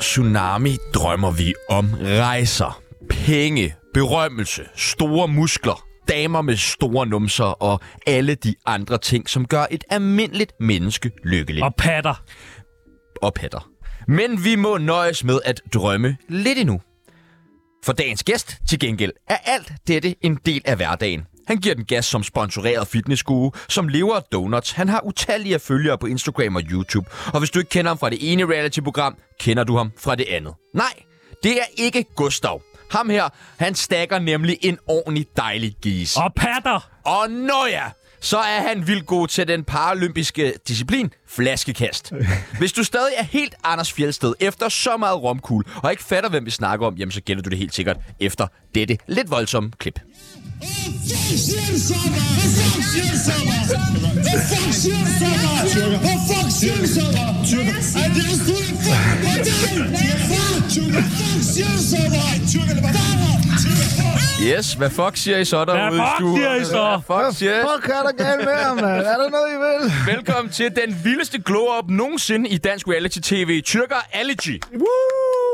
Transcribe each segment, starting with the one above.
tsunami drømmer vi om rejser, penge, berømmelse, store muskler, damer med store numser og alle de andre ting, som gør et almindeligt menneske lykkeligt Og patter. og patter. Men vi må nøjes med at drømme lidt endnu. For dagens gæst til gengæld er alt dette en del af hverdagen. Han giver den gas som sponsoreret fitnessguru, som lever af donuts. Han har utallige følgere på Instagram og YouTube. Og hvis du ikke kender ham fra det ene reality-program, kender du ham fra det andet. Nej, det er ikke Gustav. Ham her, han stakker nemlig en ordentlig dejlig gis. Og patter. Og når ja, så er han vildt god til den paralympiske disciplin, flaskekast. Hvis du stadig er helt Anders Fjeldsted efter så meget romkugle, og ikke fatter, hvem vi snakker om, jamen så gælder du det helt sikkert efter dette lidt voldsomme klip. Yes, hvad fuck siger I så derude fuck i stuen? siger I så? Hvad fuck siger I? Fuck, er der galt med ham, mand? Er der noget, I vil? Velkommen til den vildeste glow-up nogensinde i dansk reality-tv. Tyrker Allergy. Woo!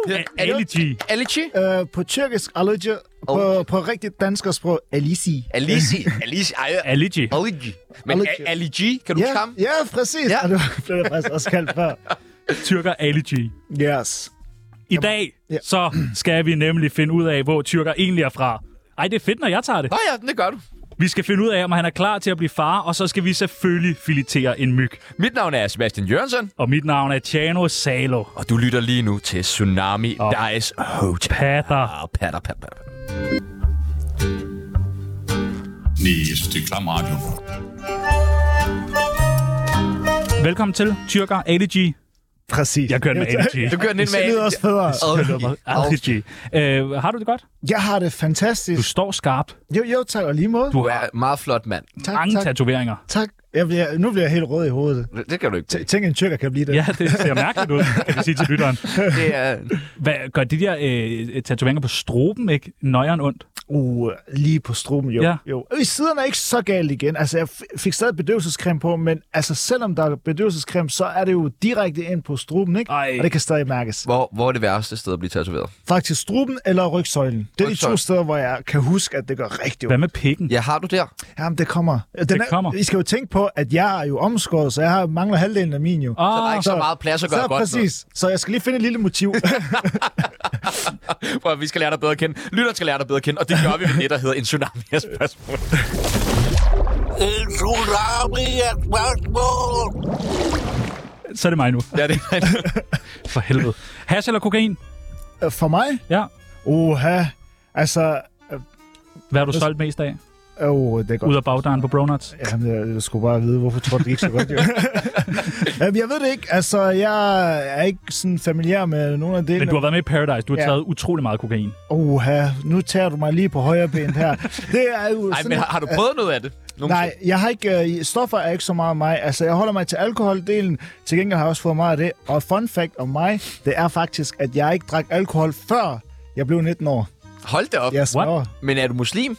Ja, Allergy. Allergy? Øh, på tyrkisk, Aluja. Oh. På, på rigtigt danskersprog, Alisi. Alici. Alici. Ej, Allergy. Allergy. Men Allergy. Allergy, kan du Ja, komme? ja, præcis. Ja. Ja. Du blev det faktisk også kaldt før. Tyrker Allergy. Yes. I dag, Ja. så skal vi nemlig finde ud af, hvor tyrker egentlig er fra. Ej, det er fedt, når jeg tager det. Nå ja, det gør du. Vi skal finde ud af, om han er klar til at blive far, og så skal vi selvfølgelig filetere en myg. Mit navn er Sebastian Jørgensen. Og mit navn er Tjano Salo. Og du lytter lige nu til Tsunami Og Dice Hotel. Ah, Patter. Og patter, patter, patter. Nej, jeg synes, det er klam radio. Velkommen til Tyrker Allergy. Præcis. Jeg kører den med Allergy. Du kører den ind med... Det lyder også federe. Allergy. Allergy. Øh, har du det godt? Jeg har det Du fantastisk. står skarpt. Jo, jo, tak. Og lige måde. Du Du har er meget flot, mand. Tak, mange tak, tatoveringer. tak. Jeg bliver, nu bliver jeg helt rød i hovedet. Det kan du ikke. T- Tænk, en tyrker kan blive det. Ja, det ser mærkeligt ud, kan vi sige til lytteren. Det er... Hvad, gør de der øh, tatoveringer på stroben ikke nøjeren ondt? Uh, lige på struben, jo. Ja. Ja. jo. Og I siderne er ikke så galt igen. Altså, jeg f- fik stadig bedøvelsescreme på, men altså, selvom der er bedøvelsescreme, så er det jo direkte ind på struben, ikke? Ej. Og det kan stadig mærkes. Hvor, hvor er det værste sted at blive tatoveret? Faktisk struben eller rygsøjlen. Det er de Rygsøjlen. to steder, hvor jeg kan huske, at det gør rigtig Hvad ondt. med pikken? Ja, har du der? Jamen, det kommer. Den er, kommer. I skal jo tænke på, at jeg er jo omskåret, så jeg har, mangler halvdelen af min jo. Så der er Ah, ikke så meget plads at gøre så godt præcis. Så jeg skal lige finde et lille motiv. med. Prøv, at vi skal lære dig bedre at kende. Lytteren skal lære dig bedre at kende, og det gør vi ved det, der hedder en tsunami af spørgsmål. En tsunami af spørgsmål. så er det mig nu. Ja, det er For helvede. Hash eller kokain? For mig? Ja. Oha. Altså, Hvad har du solgt mest af? oh, det er godt. Ud af bagdøren på Bronuts? Jamen, jeg, jeg skulle bare vide, hvorfor tror du det gik så godt? jo? Jamen, jeg ved det ikke. Altså, jeg er ikke sådan familiær med nogen af delene. Men du har været med i Paradise. Du har Ja. taget utrolig meget kokain. Oha, nu tager du mig lige på højre ben her. Det er jo Nej, sådan... men har, har du prøvet noget af det? Nej, Nogensinde? jeg har ikke... Øh, stoffer er ikke så meget mig. Altså, jeg holder mig til alkoholdelen. Til gengæld har jeg også fået meget af det. Og fun fact om mig, det er faktisk, at jeg ikke drak alkohol før jeg blev 19 år. Hold da op. Jeg smører Men er du muslim?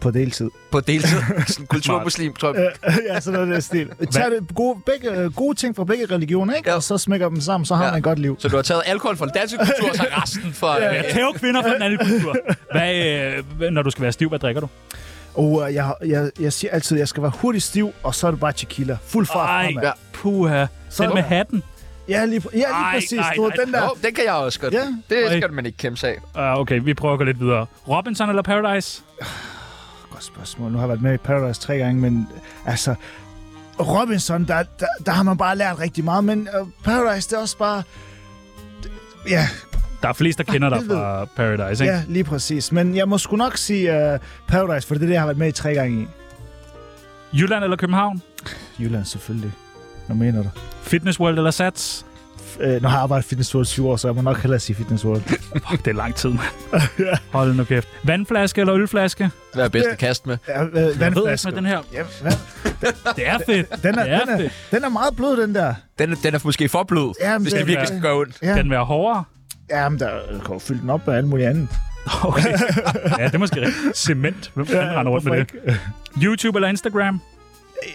på deltid. På deltid? Sådan en kulturmuslim, tror jeg. ja, sådan noget i den stil. Tag det gode, begge, øh, gode ting fra begge religioner, ikke? Ja. Og så smækker dem sammen, så har Ja. man et godt liv. Så du har taget alkohol fra den danske kultur, og så resten fra... Jeg tæver kvinder fra den anden kultur. Hvad, øh, hvad- når du skal være stiv, hvad drikker du? Og øh, jeg, jeg, jeg siger altid, at jeg skal være hurtigt stiv, og så er det bare tequila. Fuld fart Ej, fremad. Ja. puha. Den Sådan. med hatten. ja, lige, pr- ja, lige Ej, præcis. ej, du ved, ej. den der... Åh, den kan jeg også godt. Ja. Det Ej. skal man ikke kæmpe sig af. Uh, okay, vi prøver at gå lidt videre. Robinson eller Paradise? Godt spørgsmål. Nu har jeg været med i Paradise tre gange, men øh, altså... Robinson, der, der, der har man bare lært rigtig meget, men øh, Paradise, det er også bare... Ja, Der er flest, der Ah, kender dig helvede. fra Paradise, ikke? ja, lige præcis. Men jeg må sgu nok sige øh, Paradise, for det er det, jeg har været med i tre gange i. Jylland eller København? Jylland selvfølgelig. Hvad mener du? Fitness World eller Sats? Øh, nu har jeg arbejdet i Fitness World i syv år, så jeg må nok hellere sige Fitness World. Fuck, det er lang tid, mand. Hold nu kæft. Vandflaske eller ølflaske? Hvad er bedst at kaste med? Ja, øh, Jeg ved ikke vandflasker. med den her. Ja, vand- Det er fedt. den, er, det er den, er, fedt. den er meget blød, den der. Den, er- den er måske for blød, Jamen, hvis det det er- virkelig skal gøre ondt. Ja. Kan den være hårdere? Jamen, der kan jo fylde den op med alt muligt andet. Okay. ja, det er måske rigtigt. Cement. Hvem fanden render rundt med det? YouTube eller Instagram?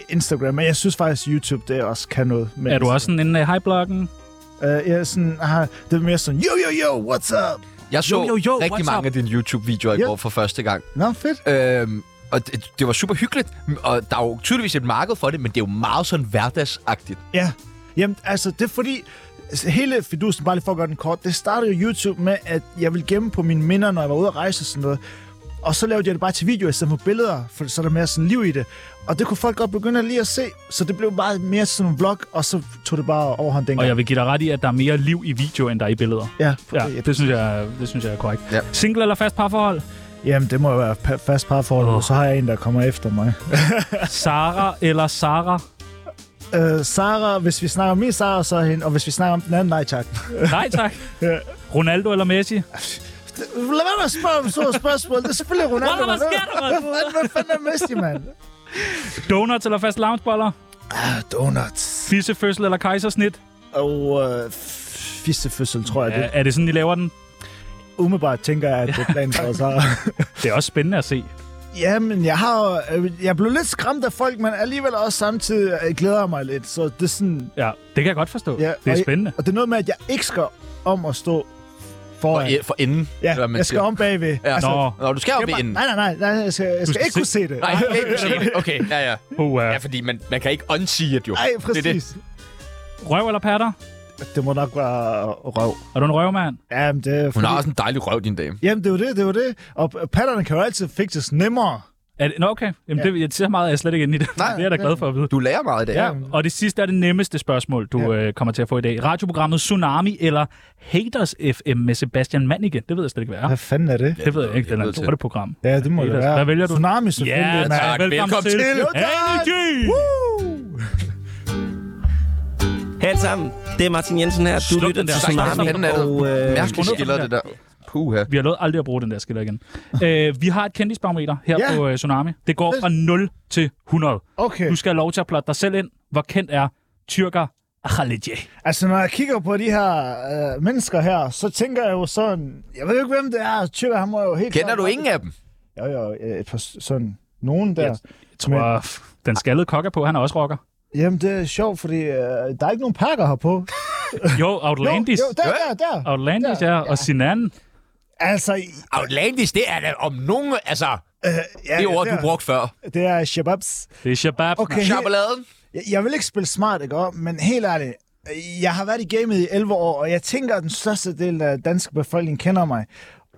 Instagram, men jeg synes faktisk, YouTube, det også kan noget. Men øh, Er du også sådan inde i highbloggen? Øh, jeg er sådan, har, det er mere sådan, yo, yo, yo, what's up? Jeg så jo, jo, jo, rigtig what's mange up? af dine YouTube-videoer i Ja. går for første gang. Nå, fedt. Øhm, og det, det var super hyggeligt, og der er jo tydeligvis et marked for det, men det er jo meget sådan hverdagsagtigt. Ja. Jamen, altså, det er fordi... Hele fidusen, bare lige for at gøre den kort, det startede jo YouTube med, at jeg ville gemme på mine minder, når jeg var ude at rejse og sådan noget. Og så lavede jeg det bare til video i stedet for billeder, for så er der mere sådan liv i det. Og det kunne folk godt begynde at lige at se, så det blev bare mere sådan en vlog, og så tog det bare overhånd dengang. Og jeg vil give dig ret i, at der er mere liv i video, end der er i billeder. Ja, Ja, ja. det synes jeg, det synes jeg er korrekt. Ja. Single eller fast parforhold? Jamen, det må jo være pa- fast parforhold, Åh. og så har jeg en, der kommer efter mig. Sara eller Sara? Øh, Sara, hvis vi snakker om min Sara, så er hende, og hvis vi snakker om den anden, nej tak. Nej tak. Ronaldo eller Messi? Lad være med at spørge om store spørgsmål. Det er selvfølgelig Ronaldo. Hvad- hvad sker der, mand? Hvad- Hvad fanden er Messi, mand? Donuts eller fast loungeboller? Ah, donuts. Fissefødsel eller kejsersnit? Og øh, f- fissefødsel, tror jeg. Er, Det. er det sådan, I laver den? Umiddelbart tænker jeg, at det er planen for os. Det er også spændende at se. Jamen, jeg har jo- øh, jeg blev lidt skræmt af folk, men alligevel også samtidig øh, glæder jeg mig lidt. Så det er sådan... Ja, det kan jeg godt forstå. Ja, Ja, det og er jeg- spændende. Og det er noget med, at jeg ikke skal om at stå Og, foran. ja, for enden, ja, hvad man jeg skal siger. om bagved. Ja. Altså, Altså, Nå, Nå, du skal Jeg op i bare, enden. nej, nej, nej, nej, jeg skal, jeg skal, skal ikke kunne se det. Nej, jeg kan ikke se det. Okay, ja, ja. uh, Ja, fordi man, man kan ikke unsee it, jo. Nej, Det er det. præcis. Det, røv eller patter? det. det må nok være røv. Er du en røvmand? Jamen, det er Hun fordi... har også en dejlig røv, din dame. Jamen, det var det, det var det. Og p- patterne kan jo altid fikses nemmere. Er det, nå, okay. Jamen, ja. det, jeg ser meget, jeg er slet ikke inde i det. Nej, det er jeg da glad for at vide. Du lærer meget i dag. Ja, og det sidste er det nemmeste spørgsmål, du ja. øh, kommer til at få i dag. Radioprogrammet Tsunami eller Haters FM med Sebastian Manniken? Det ved jeg slet ikke, hvad er. Hvad fanden er det? Det ved jeg ikke, den er nødt et til. lortet program. Ja, det må det Haters. være. Hvad vælger du? Tsunami selvfølgelig. Ja, mand. tak. Velkommen, Velkommen til. til. Jo, tak. Energy! Hej alle sammen, det er Martin Jensen her. Du Sluk lytter den der til snak. Tsunami. Sådan er det. Og, øh, Mærkeligt Under- skiller det der. Puha. Vi har lovet aldrig at bruge den der skiller igen. øh, vi har et kendisbarometer her Ja. ja. på øh, Tsunami. Det går fra 0 til 100. Okay, Du skal have lov til at plotte dig selv ind. Hvor kendt er tyrker Khalidje? altså når jeg kigger på de her øh, mennesker her, så tænker jeg jo sådan, jeg ved jo ikke, hvem det er. Tyrker, han må jo helt... Kender klart- du ingen af dem? Jo, jo, øh, et par s- sådan nogen der. Jeg tror, pff, den skaldede kokker på, han er også rocker. Jamen, det er sjovt, fordi øh, der er ikke nogen pakker herpå. Jo, Jo, Outlandis. jo, der, der, der. Outlandis, ja. Og Sinan. Altså, Outlandis, det er da om nogen... Altså, øh, ja, det ord, der, du brugte før. Det er shababs. Det er Shabab. Okay, her- Chapeladen. Jeg, jeg vil ikke spille smart, ikke? Og- men helt ærligt, jeg har været i gamet i 11 år, og jeg tænker, at den største del af den danske befolkning kender mig,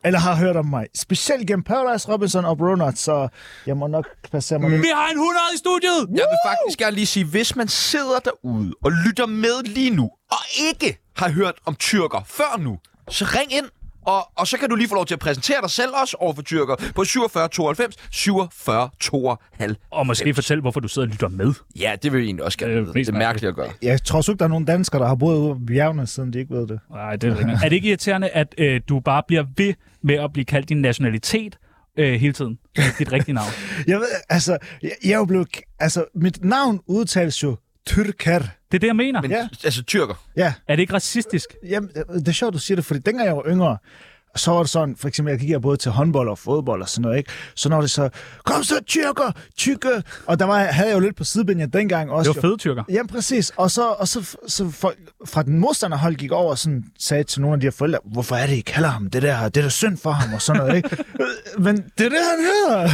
eller har hørt om mig. Specielt gennem Paradise Robinson og Bronuts, så jeg må nok placere mig lidt. Vi har en 100 i studiet! Jeg vil faktisk gerne lige sige, hvis man sidder derude og lytter med lige nu, og ikke har hørt om tyrker før nu, så ring ind, og, og så kan du lige få lov til at præsentere dig selv også over for tyrker på 47 92 47 92. Og måske fortæl, hvorfor du sidder og lytter med. Ja, det vil jeg egentlig også gerne Det er vide. Det er mest mærkeligt at gøre. Jeg tror også ikke, der er nogen danskere, der har boet ude på bjergene, siden de ikke ved det. Nej, det er, ikke. er det ikke irriterende, at øh, du bare bliver ved med at blive kaldt din nationalitet øh, hele tiden? Dit rigtige navn. Jeg ved, altså, jeg, jeg er jo blevet, altså, mit navn udtales jo Tyrker. Det er det, jeg mener. Men Ja. ja. altså tyrker. Ja, Er det ikke racistisk? Jamen, det er sjovt, du siger det, fordi dengang jeg var yngre, så var det sådan, for eksempel, jeg gik både til håndbold og fodbold og sådan noget, ikke? Så når det så, kom så, tyrker, tykke, og der var, havde jeg jo lidt på sidebenene dengang også. Det var jo. fede tyrker. Jamen, præcis. Og så, og så, så folk fra den modstanderhold gik over og sådan, sagde til nogle af de her forældre, hvorfor er det, I kalder ham det der, det er da synd for ham og sådan noget, ikke? Øh, Men det er det, han hedder.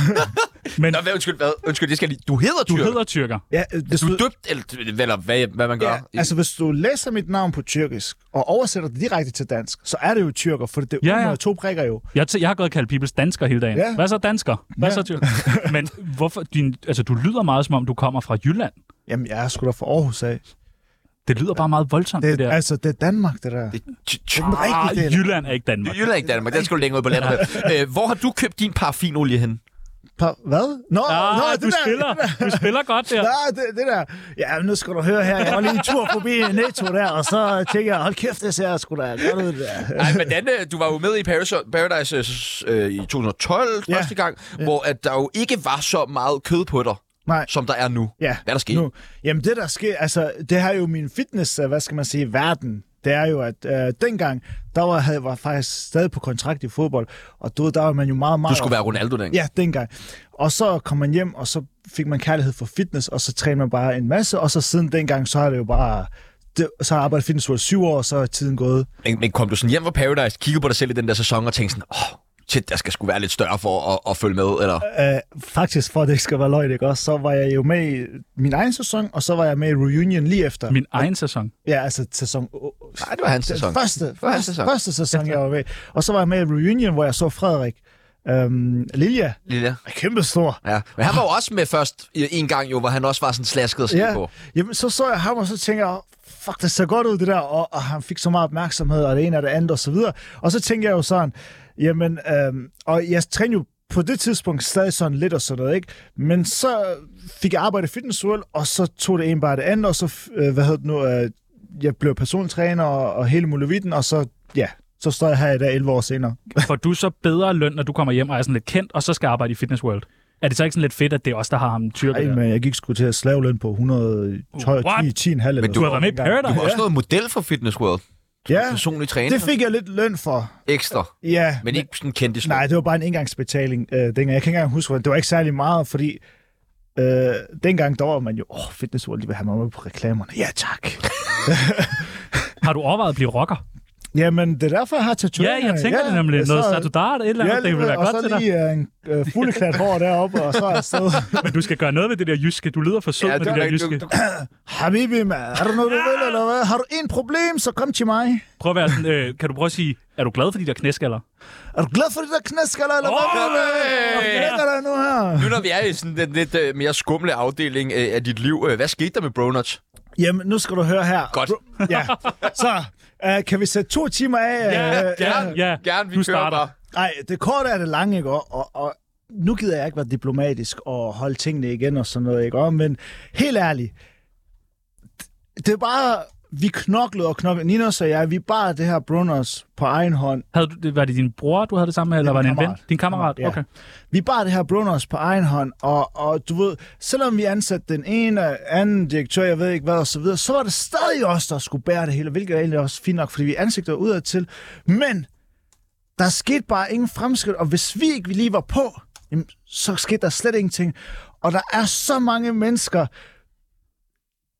Men Nå, hvad, undskyld, hvad? Undskyld, det skal jeg lige. Du hedder du tyrker. hedder tyrker. Ja, øh, hvis Du er døbt, eller, eller hvad, hvad man gør. Ja, altså hvis du læser mit navn på tyrkisk og oversætter det direkte til dansk, så er det jo tyrker, for det er Ja, ja, ja. ja. to prikker jo. Jeg, t- jeg har gået og kaldt Peoples dansker hele dagen. Ja. Hvad så dansker? Hvad Ja. så tyrker? Men hvorfor din, altså, du lyder meget, som om du kommer fra Jylland. Jamen, jeg er sgu da fra Aarhus af. Det lyder bare meget voldsomt, det, Det, det der. Altså, det er Danmark, det der. Det er ty- ty- den Ah, rigtige del. Jylland er ikke Danmark. Jylland, ikke Danmark. Den skal du længere ud på landet. øh, hvor har du købt din parfinolie hen? Pa- hvad? Nå, Ah, nå det du, der. spiller, du spiller godt der. Nå, det, det der. Ja, men nu skal du høre her. Jeg var lige en tur forbi Netto der, og så tænker jeg, hold kæft, det ser sgu da godt ud der. Nej, men den, øh, du var jo med i Paris, Paradise øh, i 2012 Ja. ja. første gang, ja. hvor at der jo ikke var så meget kød på dig, Nej. som der er nu. Ja. Hvad er der sket? Nu. Jamen det, der sker, altså det her er jo min fitness, øh, hvad skal man sige, verden. Det er jo, at øh, dengang, der var, havde, var jeg faktisk stadig på kontrakt i fodbold, og du, ved, der var man jo meget, meget... Du skulle være Ronaldo dengang. Ja, dengang. Og så kom man hjem, og så fik man kærlighed for fitness, og så trænede man bare en masse, og så siden dengang, så har det jo bare det, så har jeg arbejdet i Fitness World i syv år, og så er tiden gået. Men, men kom du sådan hjem fra Paradise, kiggede på dig selv i den der sæson og tænkte sådan, åh, oh, shit, jeg skal sgu være lidt større for at, at følge med, eller? Øh, faktisk, for at det ikke skal være løgn, ikke også, så var jeg jo med i min egen sæson, og så var jeg med i Reunion lige efter. Min egen sæson. Ja, altså sæson... o- Nej, det var hans sæson. Den første, var hans første, sæson. sæson. første sæson, jeg var med. Og så var jeg med i Reunion, hvor jeg så Frederik. Øhm, Lilja Lille. er kæmpestor. Ja. Men han var jo også med først øh, en gang jo, hvor han også var sådan slasket og skidt Ja, på. jamen, så så jeg ham, og så tænker jeg, fuck, det ser godt ud, det der, og, og han fik så meget opmærksomhed, og det ene og det andet, og så videre. Og så tænker jeg jo sådan, jamen, øhm, og jeg træner jo på det tidspunkt stadig sådan lidt og sådan noget, ikke? Men så fik jeg arbejde i Fitness World, og så tog det ene bare det andet, og så, f- øh, hvad hedder det nu, øh, jeg blev persontræner og, og hele muligheden, og så, ja, så står jeg her i dag 11 år senere. Får du så bedre løn, når du kommer hjem og er sådan lidt kendt, og så skal arbejde i Fitness World? Er det så ikke sådan lidt fedt, at det er os, der har ham tyrker? Ej, men jeg gik sgu til at slave løn på 112, What? 10, 10,5 eller du Du sådan har været med i noget engang. Du var Paradise. også noget model for Fitness World. Ja, Personlig træner. det fik jeg lidt løn for. Ekstra. Ja, Men ikke sådan kendte Nej, det var bare en engangsbetaling øh, dengang. Jeg kan ikke engang huske, hvordan. det var ikke særlig meget, fordi øh, dengang der var man jo, åh, Fitness World, de vil have mig med på reklamerne. Ja, tak. Har du overvejet at blive rocker? Jamen, det er derfor, jeg har Ja, tatoveringer. jeg tænker det nemlig. Noget Satudat, et eller Ja, andet, det vil være og godt til så dig. lige øh, en øh, fuldeklat hår deroppe, og så er afsted. Men du skal gøre noget ved det der jyske. Du lyder for sød Ja, med det det er der rigtigt. jyske. Habibi, man. Er du noget, du vil, eller hvad? Har du en problem, så kom til mig. Prøv at være sådan, øh, kan du prøve at sige, er du glad for de der knæskaller? Er du glad for det der knæskaller, eller hvad? Åh, ja. Hvad ligger der nu her? Nu når vi er i sådan den lidt øh, mere skumle afdeling øh, af dit liv, øh, hvad skete der med Bronuts? Jamen, nu skal du høre her. Godt. Ja, så øh, kan vi sætte to timer af? øh, ja. Gerne, vi Du kører starter. bare. Nej, det korte er det lange, ikke? Og, og, og nu gider jeg ikke være diplomatisk og holde tingene igen og sådan noget, ikke? Og, men helt ærligt, det er bare, vi knoklede og knoklede. Ninos og jeg, vi bare det her Brunners på egen hånd. Havde du, det- var det din bror, du havde det sammen med, eller Det var var det en min ven? kammerat. Din kammerat? Ja. Okay. Vi bare det her Brunners på egen hånd, og, og du ved, selvom vi ansatte den ene anden direktør, jeg ved ikke hvad, og så videre, så var det stadig os, der skulle bære det hele, hvilket er egentlig også fint nok, fordi vi er ansigter udadtil. Men der skete bare ingen fremskridt, og hvis vi ikke lige var på, jamen, så skete der slet ingenting. Og der er så mange mennesker,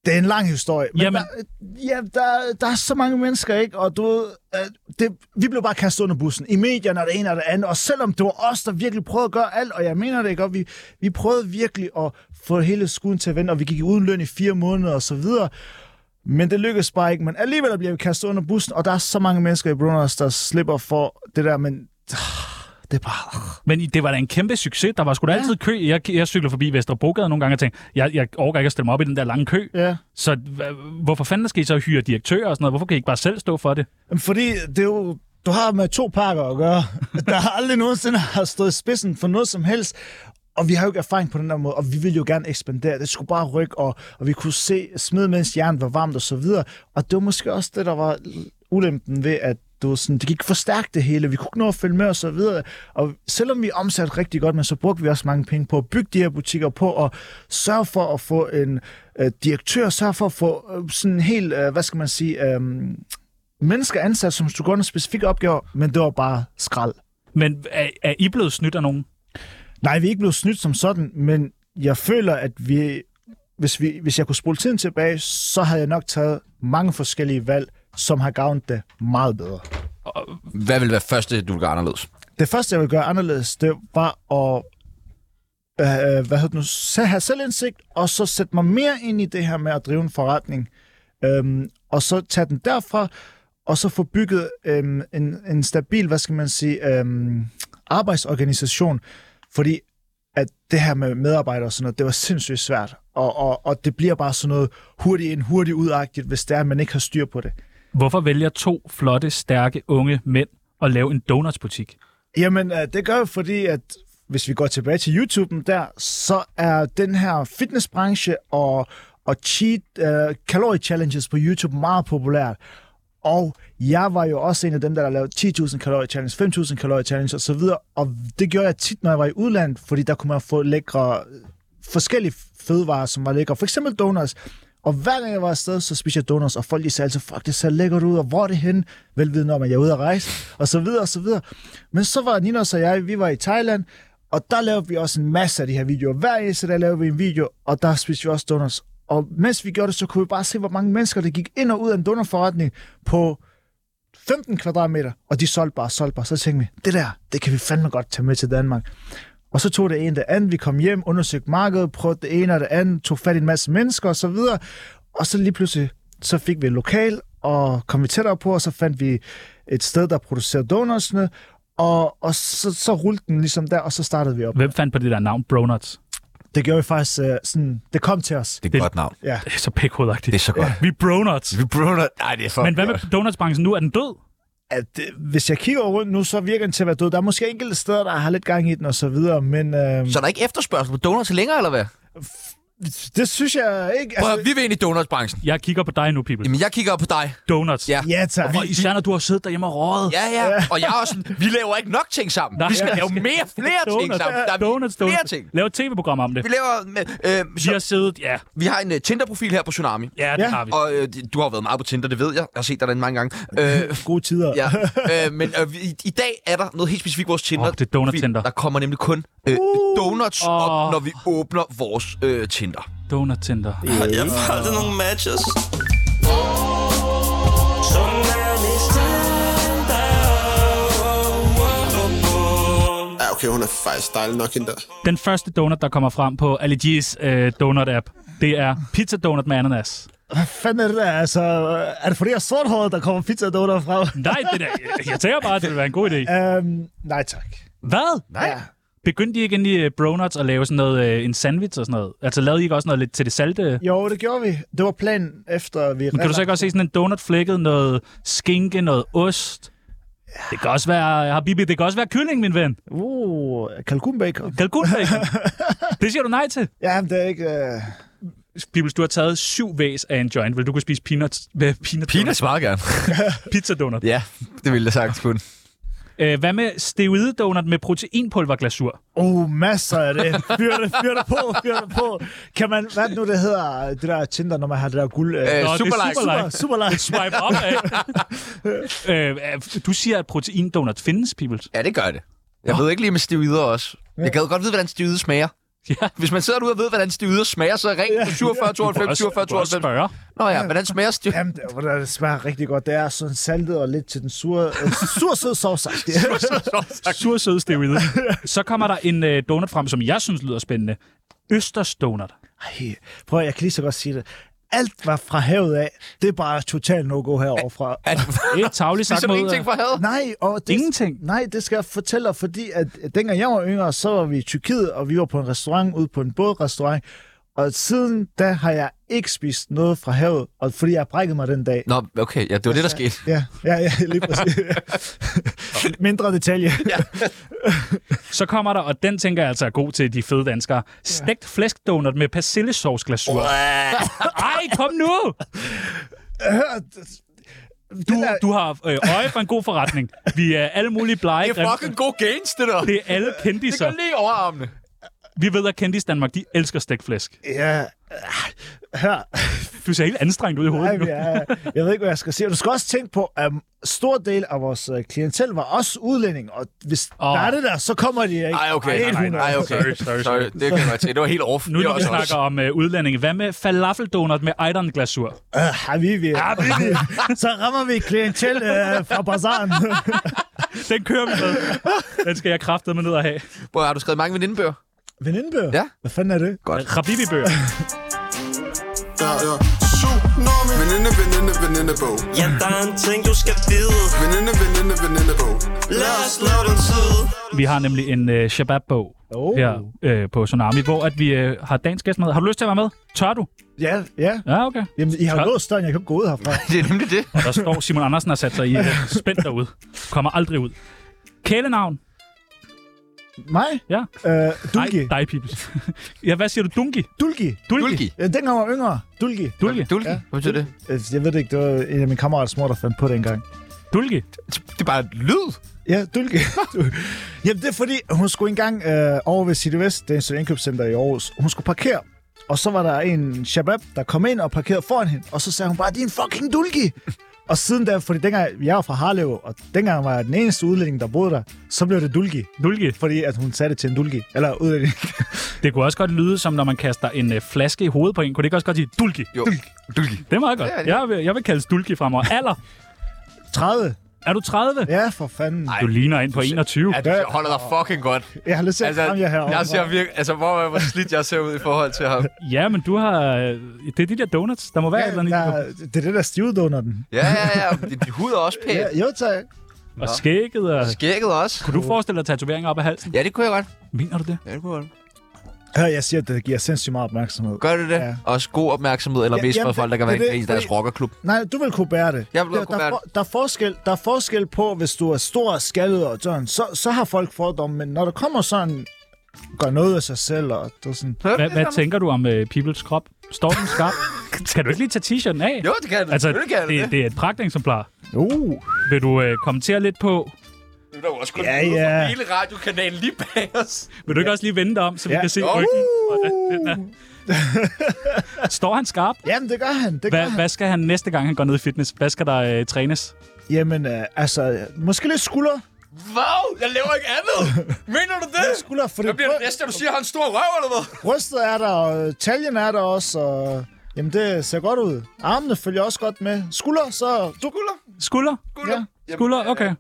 det er en lang historie, men Jamen. Der, ja, der, der er så mange mennesker, ikke? Og du, ved, øh, det, vi blev bare kastet under bussen i medierne og det ene og det andet, og selvom det var os, der virkelig prøvede at gøre alt, og jeg mener det ikke, og vi, vi prøvede virkelig at få hele skuden til at vende, og vi gik uden løn i fire måneder og så videre, men det lykkedes bare ikke, men alligevel bliver vi kastet under bussen, og der er så mange mennesker i Brunners, der slipper for det der, men ah, det er bare... ah. Men i- det var da en kæmpe succes. Der var sgu da altid kø. Jeg, jeg cykler forbi Vesterbrogade nogle gange og tænker, jeg, jeg overgår ikke at stille mig op i den der lange kø. Ja. Så hva- hvorfor fanden skal I så hyre direktører og sådan noget? Hvorfor kan I ikke bare selv stå for det? Jamen, Fordi det er jo, du har med to pakker at gøre, der har aldrig nogensinde har stået i spidsen for noget som helst. Og vi har jo ikke erfaring på den der måde, og vi ville jo gerne ekspandere. Det skulle bare rykke, og, og vi kunne se smid, mens jernet var varmt og så videre. Og det var måske også det, der var ulempen ved, at det, var sådan, det gik for stærkt det hele. Vi kunne ikke nå at følge med og så videre. Og selvom vi omsatte rigtig godt, men så brugte vi også mange penge på at bygge de her butikker på og sørge for at få en øh, direktør, sørge for at få øh, sådan en helt, øh, hvad skal man sige, øh, mennesker ansat, som skulle gå under specifikke opgaver, men det var bare skrald. Men er, er I blevet snydt af nogen? Nej, vi er ikke blevet snydt som sådan, men jeg føler, at vi, hvis, vi, hvis jeg kunne spole tiden tilbage, så havde jeg nok taget mange forskellige valg, som har gavnet det meget bedre. Hvad vil være første, du vil gøre anderledes? Det første, jeg ville gøre anderledes, det var at øh, hvad hedder det nu, se- have selvindsigt, og så sætte mig mere ind i det her med at drive en forretning. Øhm, og så tage den derfra, og så få bygget øhm, en, en stabil, hvad skal man sige, øhm, arbejdsorganisation. Fordi at det her med medarbejdere og sådan noget, det var sindssygt svært. Og, og, og det bliver bare sådan noget hurtigt ind, hurtigt udagtigt, hvis det er, at man ikke har styr på det. Hvorfor vælger to flotte, stærke, unge mænd at lave en donutsbutik? Jamen, øh, det gør jo fordi, at hvis vi går tilbage til YouTube'en der, så er den her fitnessbranche og, og cheat øh, calorie challenges på YouTube meget populært. Og jeg var jo også en af dem, der lavede 10.000 kalorie challenge, 5.000 kalorie challenge osv. Og det gjorde jeg tit, når jeg var i udlandet, fordi der kunne man få lækre forskellige fødevarer, som var lækre. For eksempel donuts. Og hver gang jeg var afsted, så spiste jeg donuts, og folk de sagde altid, fuck, det ser lækkert ud, og hvor er det henne? Velvidende om, at jeg er ude at rejse, og så videre, og så videre. Men så var Ninos og jeg, vi var i Thailand, og der lavede vi også en masse af de her videoer. Hver eneste dag lavede vi en video, og der spiste vi også donuts. Og mens vi gjorde det, så kunne vi bare se, hvor mange mennesker, der gik ind og ud af en dunderforretning på 15 kvadratmeter, og de solgte bare, solgte bare. Så tænkte vi, det der, det kan vi fandme godt tage med til Danmark. Og så tog det ene det andet, vi kom hjem, undersøgte markedet, prøvede det ene og det andet, tog fat i en masse mennesker og så videre. Og så lige pludselig, så fik vi et lokal, og kom vi tættere på, og så fandt vi et sted, der producerede donutsene, og, og så, så rullede den ligesom der, og så startede vi op. Hvem fandt på det der navn, Bronuts? Det gjorde vi faktisk øh, sådan, det kom til os. Det er et Det- godt navn. Ja. Det er så pækhovedagtigt. Det er så godt. Vi er Bronuts. Vi bruner... Nej, det er så... Men hvad med donutsbranchen nu? Er den død? At, øh, hvis jeg kigger rundt nu, så virker den til at være død. Der er måske enkelte steder, der har lidt gang i den og så videre, men øh, Så er der ikke efterspørgsel på donuts længere, eller hvad? det synes jeg ikke... Altså, Prøv, at- vi vil ind i donutsbranchen. Jeg kigger på dig nu, people. Jamen, jeg kigger op på dig. Donuts. Ja. ja, tak. Og især når du har siddet derhjemme og røget. Ja, ja. Og jeg er også sådan, vi laver ikke nok ting sammen. Nej, vi skal ja. lave mere, flere ting Donuts, sammen. Der er donuts, flere donuts. ting. Lav et tv-program om det. Vi laver... Øh, Vi så, har siddet, ja, vi har en øh, Tinder-profil her på Tsunami. ja, det Ja. har vi. Og øh, du har jo været meget på Tinder, det ved jeg. Jeg har set dig den mange gange. Øh, Gode tider. ja. øh, men øh, vi- i, i dag er der noget helt specifikt i vores Tinder. Åh, det er donut-Tinder. Der kommer nemlig kun øh, donuts Åh. op, når vi åbner vores øh, Tinder. Donut Tinder. Jeg får aldrig nogen matches. Ja, Ah, okay, hun er faktisk dejlig nok, hende der. Den første donut, der kommer frem på Ali G's øh, donut-app, det er pizza donut med ananas. Hvad fanden er det der? Altså, er det fordi, jeg er sorthåret, der kommer pizza donutter fra? Nej, det der, jeg- jeg tænker bare, at det vil være en god idé. øhm, nej, tak. Hvad? Nej. Ja. Begyndte I ikke inde i øh, Bronuts at lave sådan noget, øh, en sandwich og sådan noget? Altså lavede I ikke også noget lidt til det salte? Jo, det gjorde vi. Det var planen efter, vi... Men kan du så ikke også se sådan en donut flækket, noget skinke, noget ost? Det kan også være, Habibi, det kan også være kylling, min ven. Uh, kalkunbacon. Kalkunbacon. det siger du nej til. Ja, men det er ikke... Øh... Pibels, du har taget syv væs af en joint. Vil du kunne spise peanuts? Hvad, peanut donut? meget gerne. Pizza donut. ja, det ville jeg sagtens kunne. Øh, hvad med steroide donut med proteinpulverglasur? Uh, masser af det. Fyr det, fyr det på, fyr det på. Kan man... Hvad er det nu, det hedder? Det der Tinder, når man har det der guld... Øh, Øh, Nå, det er super like. super super, super light. Swipe op af. øh, du siger, at proteindonut findes, Pibels. Ja, det gør det. Jeg ved ikke lige med stivider også. Jeg gad godt vide, hvordan stivider smager. Ja. Hvis man sidder derude og ved, hvordan stivider smager, så ring på 47 92 47 92. spørge. Nå ja, hvordan smager stivider? Jamen, det, hvordan det smager rigtig godt. Det er sådan saltet og lidt til den sure... Øh, sur sød sovsagt. Sur søde steroide. Så kommer der en øh, donut frem, som jeg synes lyder spændende. Østers donut. Ej, prøv at, jeg kan lige så godt sige det. Alt var fra havet af. Det er bare totalt no-go heroverfra. At, Det er tavligt sagt ligesom mod... øh, ingenting fra havet. Nej, og det, Ingenting? Nej, det skal jeg fortælle dig, fordi at øh, dengang jeg var yngre, så var vi i Tyrkiet, og vi var på en restaurant ude på en bådrestaurant. Og siden da har jeg ikke spist noget fra havet, og fordi jeg brækkede mig den dag. Nå, okay, ja, det var det, der skete. Ja, ja, ja, lige præcis. Mindre detalje. Ja. Så kommer der, og den tænker jeg altså er god til de fede danskere. Stegt flæskdonut med persillesauce-glasur. Ej, kom nu! Du, der- du har øh, øje for en god forretning. Vi er alle mulige blege. Det er fucking god gains, det der. det er alle Det går kendiser. lige overarmene. Vi ved, at kendis Danmark, de elsker stegt flæsk. ja. Hør, Du ser helt anstrengt ud i Ej, hovedet nu. men jeg, jeg ved ikke, hvad jeg skal sige. Og Du skal også tænke på, at stor del af vores øh, klientel var også udlænding, og hvis oh. der er det der, så kommer de ikke. Ej, okay. Nej, Helt nej, 100. nej, okay. Sorry, sorry, sorry. Det kan jeg godt se. Det var helt off. Nu det når var vi snakker om øh, udlændinge, hvad med falafeldonut med ejdern-glasur? Øh, Habibi. Habibi. så rammer vi klientel øh, fra bazaren. Den kører vi med. Den skal jeg kraftedeme ned og have. Prøv, har du skrevet mange venindebøger? Venindebøger? Ja. Hvad fanden er det? Rabibibøger. Ja, ja. Tsunami. Veninde, veninde, venindebog. Ja, der er en ting, du skal vide. Veninde, veninde, venindebog. Lad os lave den tid. Vi har nemlig en øh, Shabab-bog Oh. her øh, på Tsunami, hvor at vi øh, har dagens gæst med. Har du lyst til at være med? Tør du? Ja, ja. Ja, okay. Jamen, I har Tak. jo låst døren, jeg kan ikke gå ud herfra. Det er nemlig det. Og der står Simon Andersen har sat sig i øh, spændt derude. Kommer aldrig ud. Kælenavn? Mig? Ja. Øh, Dulgi. Nej, dig, Pibels. ja, hvad siger du? Dungi? Dulgi. Dulgi. Ja, dengang jeg var yngre. Dulgi. Dulgi? Dulki. Ja. Hvad betyder det? Øh, Jeg ved det ikke, det var en af mine kammerats mor, der fandt på det engang. Dulgi? Det er bare et lyd. Ja, Dulke. Jamen, det er fordi, hun skulle engang øh, over ved City West, det er sådan et indkøbscenter i Aarhus, hun skulle parkere. Og så var der en shabab, der kom ind og parkerede foran hende, og så sagde hun bare, din fucking Dulke. Og siden da, fordi dengang jeg var fra Harlev, og dengang var jeg den eneste udlænding, der boede der, så blev det dulgi. Dulgi. Fordi at hun sagde det til en dulgi. Eller udlænding. Det kunne også godt lyde som, når man kaster en øh, flaske i hovedet på en. Kunne det ikke også godt sige dulki? Jo. Dulgi. Det er meget godt. Ja, det er- Jeg, vil, jeg vil kaldes dulki fremover. Alder? 30. Er du 30? Ja, for fanden. Du ligner ind på 21. Ja, du holder dig fucking godt. Jeg har lyst til at altså, ham, jeg herovre. jeg ser virkelig, altså, hvor, hvor slidt jeg ser ud i forhold til ham. Ja, men du har... øh, Det er de der donuts. Der må være ja, et ja, eller andet. i der, det er det der stivede under den. Ja, ja, ja. Din hud er også pæn. Ja, jo tak. dem. Og skægget. Og... Skægget også. Kunne du forestille dig tatoveringer op ad halsen? Ja, det kunne jeg godt. Mener du det? Ja, det kunne jeg godt. Hør, jeg siger, at det giver sindssygt meget opmærksomhed. Gør du det? Ja. Ja. Også god opmærksomhed, eller Ja, mest for jamen, folk, der kan det- være det- en i deres fordi- rockerklub. Nej, du vil kunne bære det. Jeg vil der, godt kunne bære der, for- Der, er forskel, der er forskel på, hvis du er stor og skaldet og sådan, så, så har folk fordomme, men når der kommer sådan, gør noget af sig selv, og du er sådan, Hvad, hvad tænker du om øh, Peoples krop? Står den skarp? Skal du ikke lige tage t-shirten af? Jo, det kan jeg. altså, det kan jeg det, det er et pragteksemplar. uh, Vil du øh, kommentere lidt på... Nu er der jo også kun Ja, ja. fra hele radiokanalen lige bag os. Vil du ikke også lige vende dig om, så vi Ja. kan se Jo. ryggen? Står han skarp? jamen det gør han, det gør Hvad, han. hvad skal han næste gang, han går ned i fitness? Hvad skal der øh, trænes? Jamen, øh, altså, måske lidt skulder. Wow, jeg laver ikke andet. Mener du det? Lidt skulder, fordi Hvad bliver det bry- næste, du siger, har en stor røv, eller hvad? brystet er der, og øh, taljen er der også, og jamen det ser godt ud. Armene følger også godt med. Skulder, så... Du... Skulder? Skulder? Skulder. Ja. Skulder? Okay.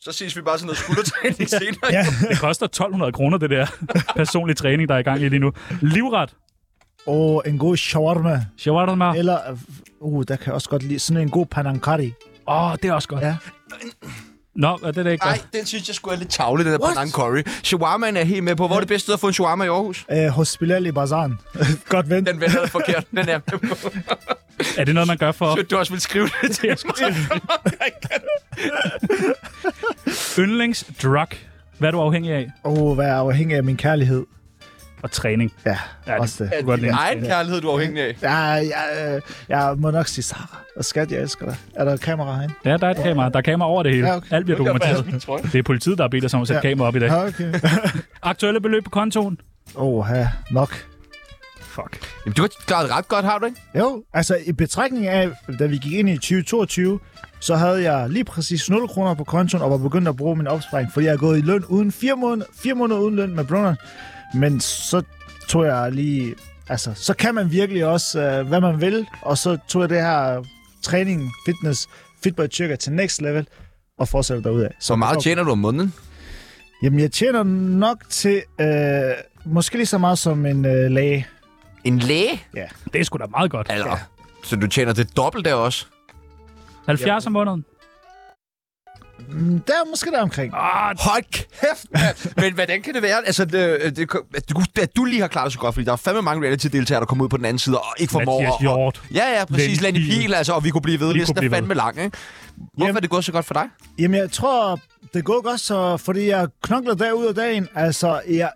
Så ses vi bare til noget skuldertræning senere. Ja. Det koster 1200 kroner, det der personlige træning, der er i gang i lige nu. Livret. Og en god shawarma. Shawarma. Åh, Eller, øh, uh, der kan jeg også godt lide sådan en god panankari. oh, det er også godt. Ja. Nå, det er da ikke Nej, godt. den synes jeg skulle er lidt tavlig, den der Panang Curry. Shawarmaen er helt med på. Hvor er det bedste sted at få en shawarma i Aarhus? Øh, hospital i Bazaren. godt vent. Den vender forkert. Den er med på. Er det noget, man gør for Du også vil skrive det til. Jeg skulle til Yndlingsdrug. Hvad er du afhængig af? Åh, oh, hvad er afhængig af min kærlighed? Og træning. Ja, Ja, ja også det. Er det. du godt det din lide. egen kærlighed, du er afhængig af? Ja, jeg, øh, jeg må nok sige Sara. Og skat, jeg elsker dig. Er der et kamera herinde? Ja, der er et kamera. Der er kamera over det hele. Ja, Ja, okay. okay. Alt bliver dokumenteret. Det er politiet, der har bedt os om at sætte Ja. kamera op i dag. Ja, okay. Aktuelle beløb på kontoen? Åh, ja, nok. Fuck. Jamen, du har klaret det ret godt, har du ikke? Jo, altså i betragtning af, da vi gik ind i 2022, så havde jeg lige præcis 0 kroner på kontoen og var begyndt at bruge min opsparing, fordi jeg er gået i løn uden 4 måneder, 4 måneder uden løn med Brunner. Men så tog jeg lige... Altså, så kan man virkelig også, øh, hvad man vil. Og så tog jeg det her træning, fitness, Fitboy Tyrker til next level og fortsatte derudad. Så meget Okay. tjener du om måneden? Jamen, jeg tjener nok til øh, måske lige så meget som en øh, læge. En læge? Det er sgu da meget godt. Altså, så du tjener det dobbelt der også? 70 om måneden? Mm, Der måske der omkring. Ah, hold kæft, mand. Men hvordan kan det være, altså, det, det, at, du, at du lige har klaret det så godt? Fordi der er fandme mange reality-deltagere, der kommer ud på den anden side og ikke formår... Mathias at- Hjort. Ja, ja, præcis. Lenny Lenny Pihl, Pihl, altså, og vi kunne blive ved. Vi Listen kunne er blive fandme lang, ikke? Hvorfor Jamen- er det gået så godt for dig? Jamen, jeg tror, det går godt, så, fordi jeg knokler dag ud af dagen. Altså, jeg,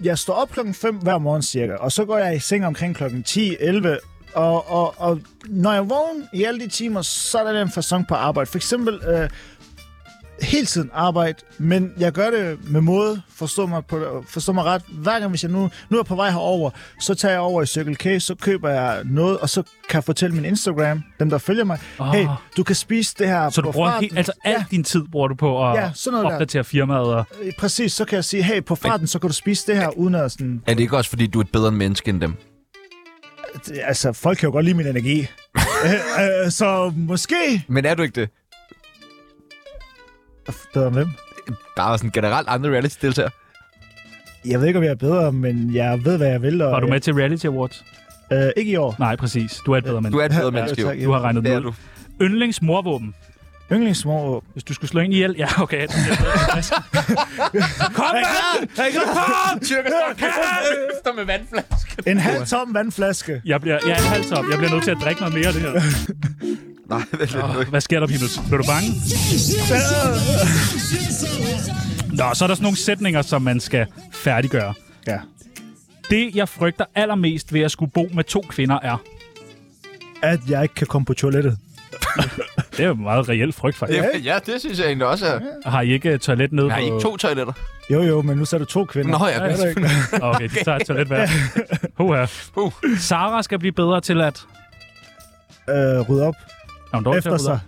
jeg står op klokken 5 hver morgen cirka, og så går jeg i seng omkring klokken 10-11. Og, og, og når jeg vågner i alle de timer, så er der en fasong på arbejde. For eksempel øh, hele tiden arbejde, men jeg gør det med måde, forstå mig, på, forstå mig ret. Hver gang, hvis jeg nu, nu er på vej herover, så tager jeg over i Circle K, så køber jeg noget, og så kan jeg fortælle min Instagram, dem der følger mig, Åh. oh. hey, du kan spise det her Ah. Så du på bruger farten." helt, altså al Ja. din tid bruger du på at Ja, sådan noget der. opdatere firmaet. Og, Øh, Præcis, så kan jeg sige, hey, på farten, så kan du spise det her, uden at sådan... Er det ikke også, fordi du er et bedre menneske end dem? Altså, folk kan jo godt lide min energi. øh, øh, så måske... Men er du ikke det? Bedre end hvem? Der er sådan generelt andre reality-deltagere. Jeg ved ikke, om jeg er bedre, men jeg ved, hvad jeg vil. Og, var du med til Reality Awards? Øh, ikke i år. Nej, præcis. Du er et bedre Du menneske. er et bedre Ja, menneske, jo. tak, Du har regnet Det det er ud. du. Yndlingsmorvåben. Yndlingsmor... Hvis du skulle slå en ihjel... Ja, okay. Det er bedre. Kom, mand! Kom! Efter med vandflaske. En halv tom vandflaske. Jeg bliver, jeg er halvt op. Jeg bliver nødt til at drikke noget mere af det her. Nej, vel lidt nu. Hvad sker der, Pibels? Bliver du bange? Nå, så er der sådan nogle sætninger, som man skal færdiggøre. Ja. Det, jeg frygter allermest ved at skulle bo med to kvinder, er... At jeg ikke kan komme på toilettet. Det er jo en meget reelt frygt, faktisk. Det- Ja, det synes jeg egentlig også er. Har I ikke øh, toilet nede Jeg har på... ikke to toiletter. Jo, jo, men nu så er det to kvinder. Nå, ja, Er det der ikke? Nå, Okay, de tager et toilet hver. Huha. Uh. Sara skal blive bedre til at... øh, ryd op Nå, men dårlig til efter at rydde sig. op.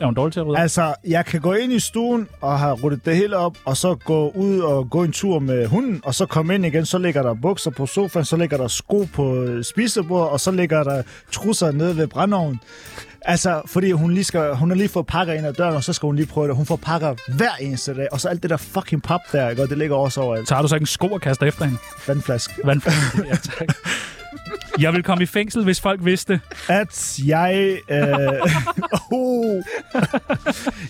Er hun dårlig til at rydde? Altså, Altså, jeg kan gå ind i stuen og have ryddet det hele op, og så gå ud og gå en tur med hunden, og så komme ind igen, så ligger der bukser på sofaen, så ligger der sko på øh, spisebordet, og så ligger der trusser nede ved brændeovnen. Altså, fordi hun, lige skal, hun har lige fået pakker ind ad døren, og så skal hun lige prøve det. Hun får pakker hver eneste dag, og så alt det der fucking pap der, ikke? og det ligger også over alt. Tager du så ikke en sko og kaster efter hende? Vandflaske. Vandflaske. ja, tak. Jeg vil komme i fængsel, hvis folk vidste. At jeg... Øh... oh.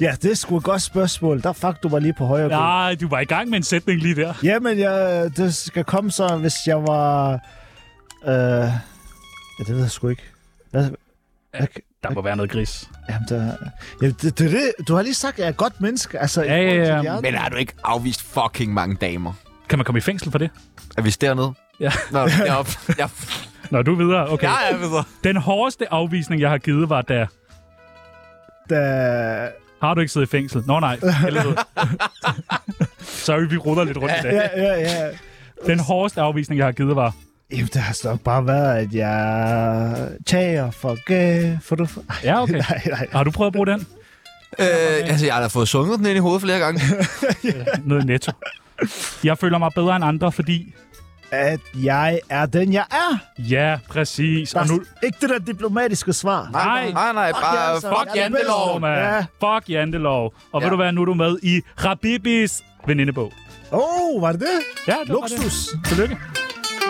ja, det er sgu et godt spørgsmål. Der fuck, du var lige på højre kul. Nej, du var i gang med en sætning lige der. Jamen, jeg, det skal komme så, hvis jeg var... Øh, ja, det ved jeg sgu ikke. Hvad, hvad, Der må være noget gris. jamen, der, jamen, det, det, er det, du har lige sagt, at jeg er et godt menneske. Altså, i Ja, ja, forhold til ja. de andre. Men har du ikke afvist fucking mange damer? Kan man komme i fængsel for det? Er vi dernede? Ja. Nå, deroppe. Jeg, Nå, du er videre. Okay. jeg er videre. Den hårdeste afvisning, jeg har givet, var da... Da, Har du ikke siddet i fængsel? Nå nej, helvede. Sorry, vi ruller lidt rundt i dag. ja, ja, ja. Den hårdeste afvisning, jeg har givet, var... Jamen, det har nok bare været, at jeg tager for gæ... For du... Ej, Ja, okay. Nej, nej. Har du prøvet at bruge den? Øh, altså, jeg har da fået sunget den ind i hovedet flere gange. Nede i netto. Jeg føler mig bedre end andre, fordi... At jeg er den, jeg er. Ja, præcis. Der Og er nu... ikke det der diplomatiske svar. Nej. nej, nej. Bare altså. fuck Jeg er jantelov. Jantelov, mand. Ja. Fuck Jantelov. Og ja. ved Ja. du hvad, nu er du med i Rabibis venindebog. Åh, oh, var det det? Ja, det var det. Luksus. Tillykke.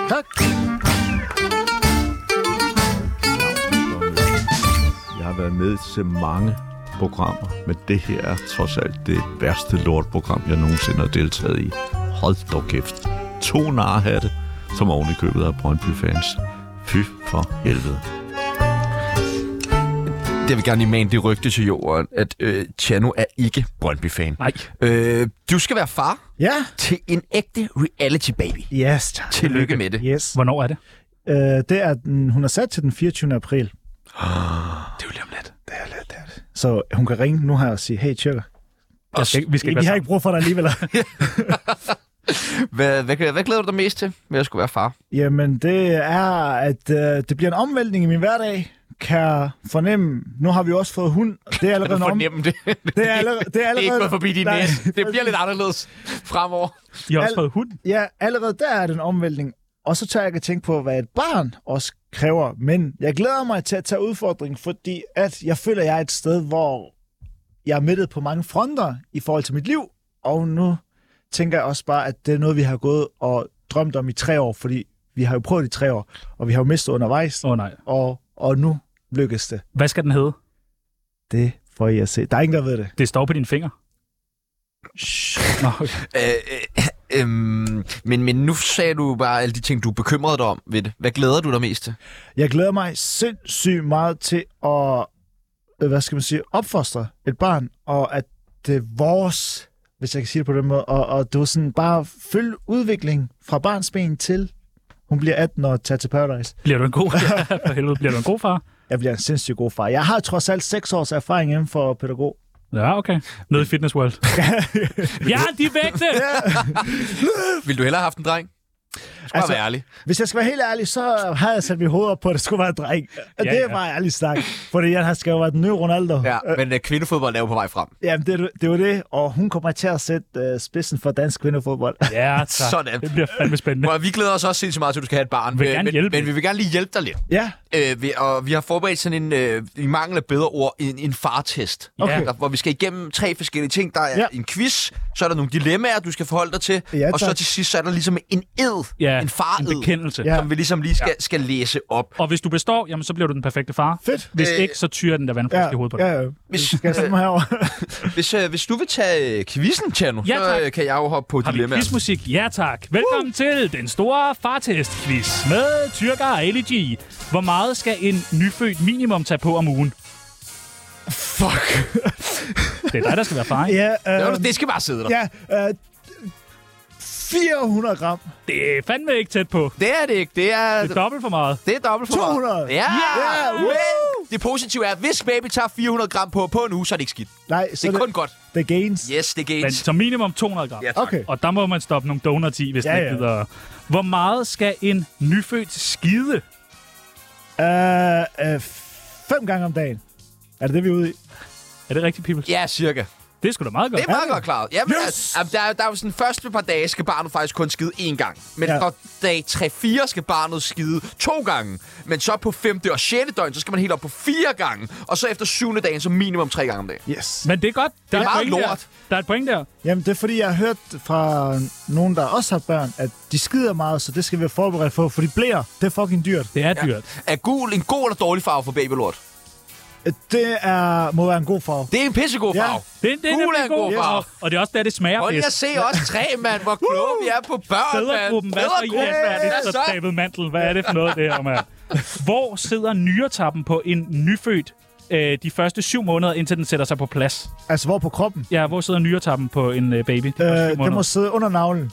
Tak. Jeg har været med til mange programmer, men det her er trods alt det værste lortprogram, jeg nogensinde har deltaget i. Hold dog kæft. To narhatte, som oven i købet af Brøndby-fans. Fy for helvede. Det vil gerne lige mane det rygte til jorden, at øh, Tjano er ikke Brøndby-fan. Nej. Øh, du skal være far Ja. til en ægte reality-baby. Yes, tak. Tillykke med det. Yes. Hvornår er det? Øh, det er den, hun er sat til den 24. april. Det er jo lige om lidt. Det er lidt, det er det. Så hun kan ringe nu her og sige, hey tjekker, Jeg skal, ikke- vi skal ikke vi være har sammen. ikke brug for dig alligevel. Hvad, hvad, hvad glæder du dig mest til, ved at skulle være far? Jamen det er, at øh, det bliver en omvæltning i min hverdag kan fornemme. Nu har vi også fået hund. Det er allerede en om... Fornemme det. Det er allerede, det er Det er ikke allerede, gået forbi din Nej. næse. Det bliver lidt anderledes fremover. I har også Al- fået hund. Ja, allerede der er den omvæltning. Og så tager jeg ikke at tænke på, hvad et barn også kræver. Men jeg glæder mig til at tage udfordringen, fordi at jeg føler, at jeg er et sted, hvor jeg er midtet på mange fronter i forhold til mit liv. Og nu tænker jeg også bare, at det er noget, vi har gået og drømt om i tre år, fordi vi har jo prøvet i tre år, og vi har jo mistet undervejs, Åh oh, nej. og, og nu lykkes det. Hvad skal den hedde? Det får I at se. Der er ingen, der ved det. Det står på dine fingre. Nå, okay. Øh, øh, øh, men, men nu sagde du bare alle de ting, du bekymrede dig om ved det. Hvad glæder du dig mest til? Jeg glæder mig sindssygt meget til at, øh, hvad skal man sige, opfostre et barn, og at det er vores, hvis jeg kan sige det på den måde, og, og det var sådan bare følge udviklingen fra barns ben til hun bliver 18 og tager til Paradise. Bliver du en god... Ja, for helvede, bliver du en god far? Jeg bliver en sindssygt god far. Jeg har trods alt 6 års erfaring inden for pædagog. Ja, okay. Nede i Fitness World. ja, de vægte! Vil du hellere have haft en dreng? Skal altså, Altså- være ærlig. Hvis jeg skal være helt ærlig, så har jeg sat mit hoved op på, at det skulle være en dreng. Ja, Og ja, det er ja. bare ærlig snak, fordi jeg skal jo være den nye Ronaldo. Ja, men øh, kvindefodbold er jo på vej frem. Jamen, det, er- det var det, og hun kommer til at sætte øh, spidsen for dansk kvindefodbold. Ja, tak. Sådan. Det bliver fandme spændende. Prøv, at- vi glæder os også sindssygt meget til, at du skal have et barn. Vil Øh, gerne men, hjælpe. men vi vil gerne lige hjælpe dig lidt. ja, Øh, vi, og vi har forberedt sådan en, øh, i mangel af bedre ord, en, en fartest. Okay. Der, hvor vi skal igennem tre forskellige ting. Der er Ja. ja. en quiz, så er der nogle dilemmaer, du skal forholde dig til. Ja, og så tak. til sidst, så er der ligesom en ed, Ja, en fared, en bekendelse. Ja. som vi ligesom lige skal, skal læse op. Og hvis du består, jamen, så bliver du den perfekte far. Fedt. Hvis Øh, ikke, så tyrer den der vandflaske ja, i hovedet på dig. ja, ja. Hvis, øh, Skal jeg stemme herover? Hvis, øh, hvis du vil tage øh, quizzen, Tjerno, Ja, så tak. øh, kan jeg jo hoppe på Har vi dilemmaer. quizmusik? Ja tak. Velkommen uh! til den store fartest-quiz med Tyrker og Ali G. Hvor meget skal en nyfødt minimum tage på om ugen? Fuck. Det er dig, der skal være far, ikke? ja, Øhm, øh, det skal bare sidde der. Ja. ja øh, 400 gram. Det er fandme ikke tæt på. Det er det ikke. Det er, Det er dobbelt for meget. det er dobbelt for meget. 200. Ja. Ja, uh! Yeah, yeah, det positive er, at hvis baby tager 400 gram på på en uge, så er det ikke skidt. Nej, så Det er kun godt. The gains. Yes, det er Men gains. som minimum 200 gram. Ja, tak. Okay. Og der må man stoppe nogle donuts i, hvis Ja, ja, det ikke ja. gider. Hvor meget skal en nyfødt skide? Øh, øh, fem gange om dagen. Er det det, vi er ude i? Er det rigtigt, Pibels? Ja, cirka. Det er sgu da meget godt. Det er meget godt klaret. Ja, men yes! altså, der, er- der er jo sådan, første par dage skal barnet faktisk kun skide én gang. Men Ja. ja. fra dag 3-4 skal barnet skide to gange. Men så på femte og sjette døgn, så skal man helt op på fire gange. Og så efter syvende dagen, så minimum tre gange om dagen. Yes. Men det er godt. Der Det er et meget point lort. Der. der er et point der. Jamen, det er fordi, jeg har hørt fra nogen, der også har børn, at de skider meget, så det skal vi være forberedt på, for de blærer. Det er fucking dyrt. Det er dyrt. Er gul en god eller dårlig farve for babylort? Det er, må være en god farve. Det er en pissegod Ja. farve. Det, det er Gul nemlig er en god farve. Og, og det er også der, det smager Prøv lige at bedst. se os tre, mand. Hvor kloge vi er på børn, mand. Fædregruppen, hvad så I Fædregruppen, er hvad det så David Mantel? Hvad er det for noget, det her, mand? Hvor sidder nyretappen på en nyfødt øh, de første syv måneder, indtil den sætter sig på plads? Altså, hvor på kroppen? Ja, hvor sidder nyretappen på en øh, baby? De første Øh, syv det måneder. må sidde under navlen.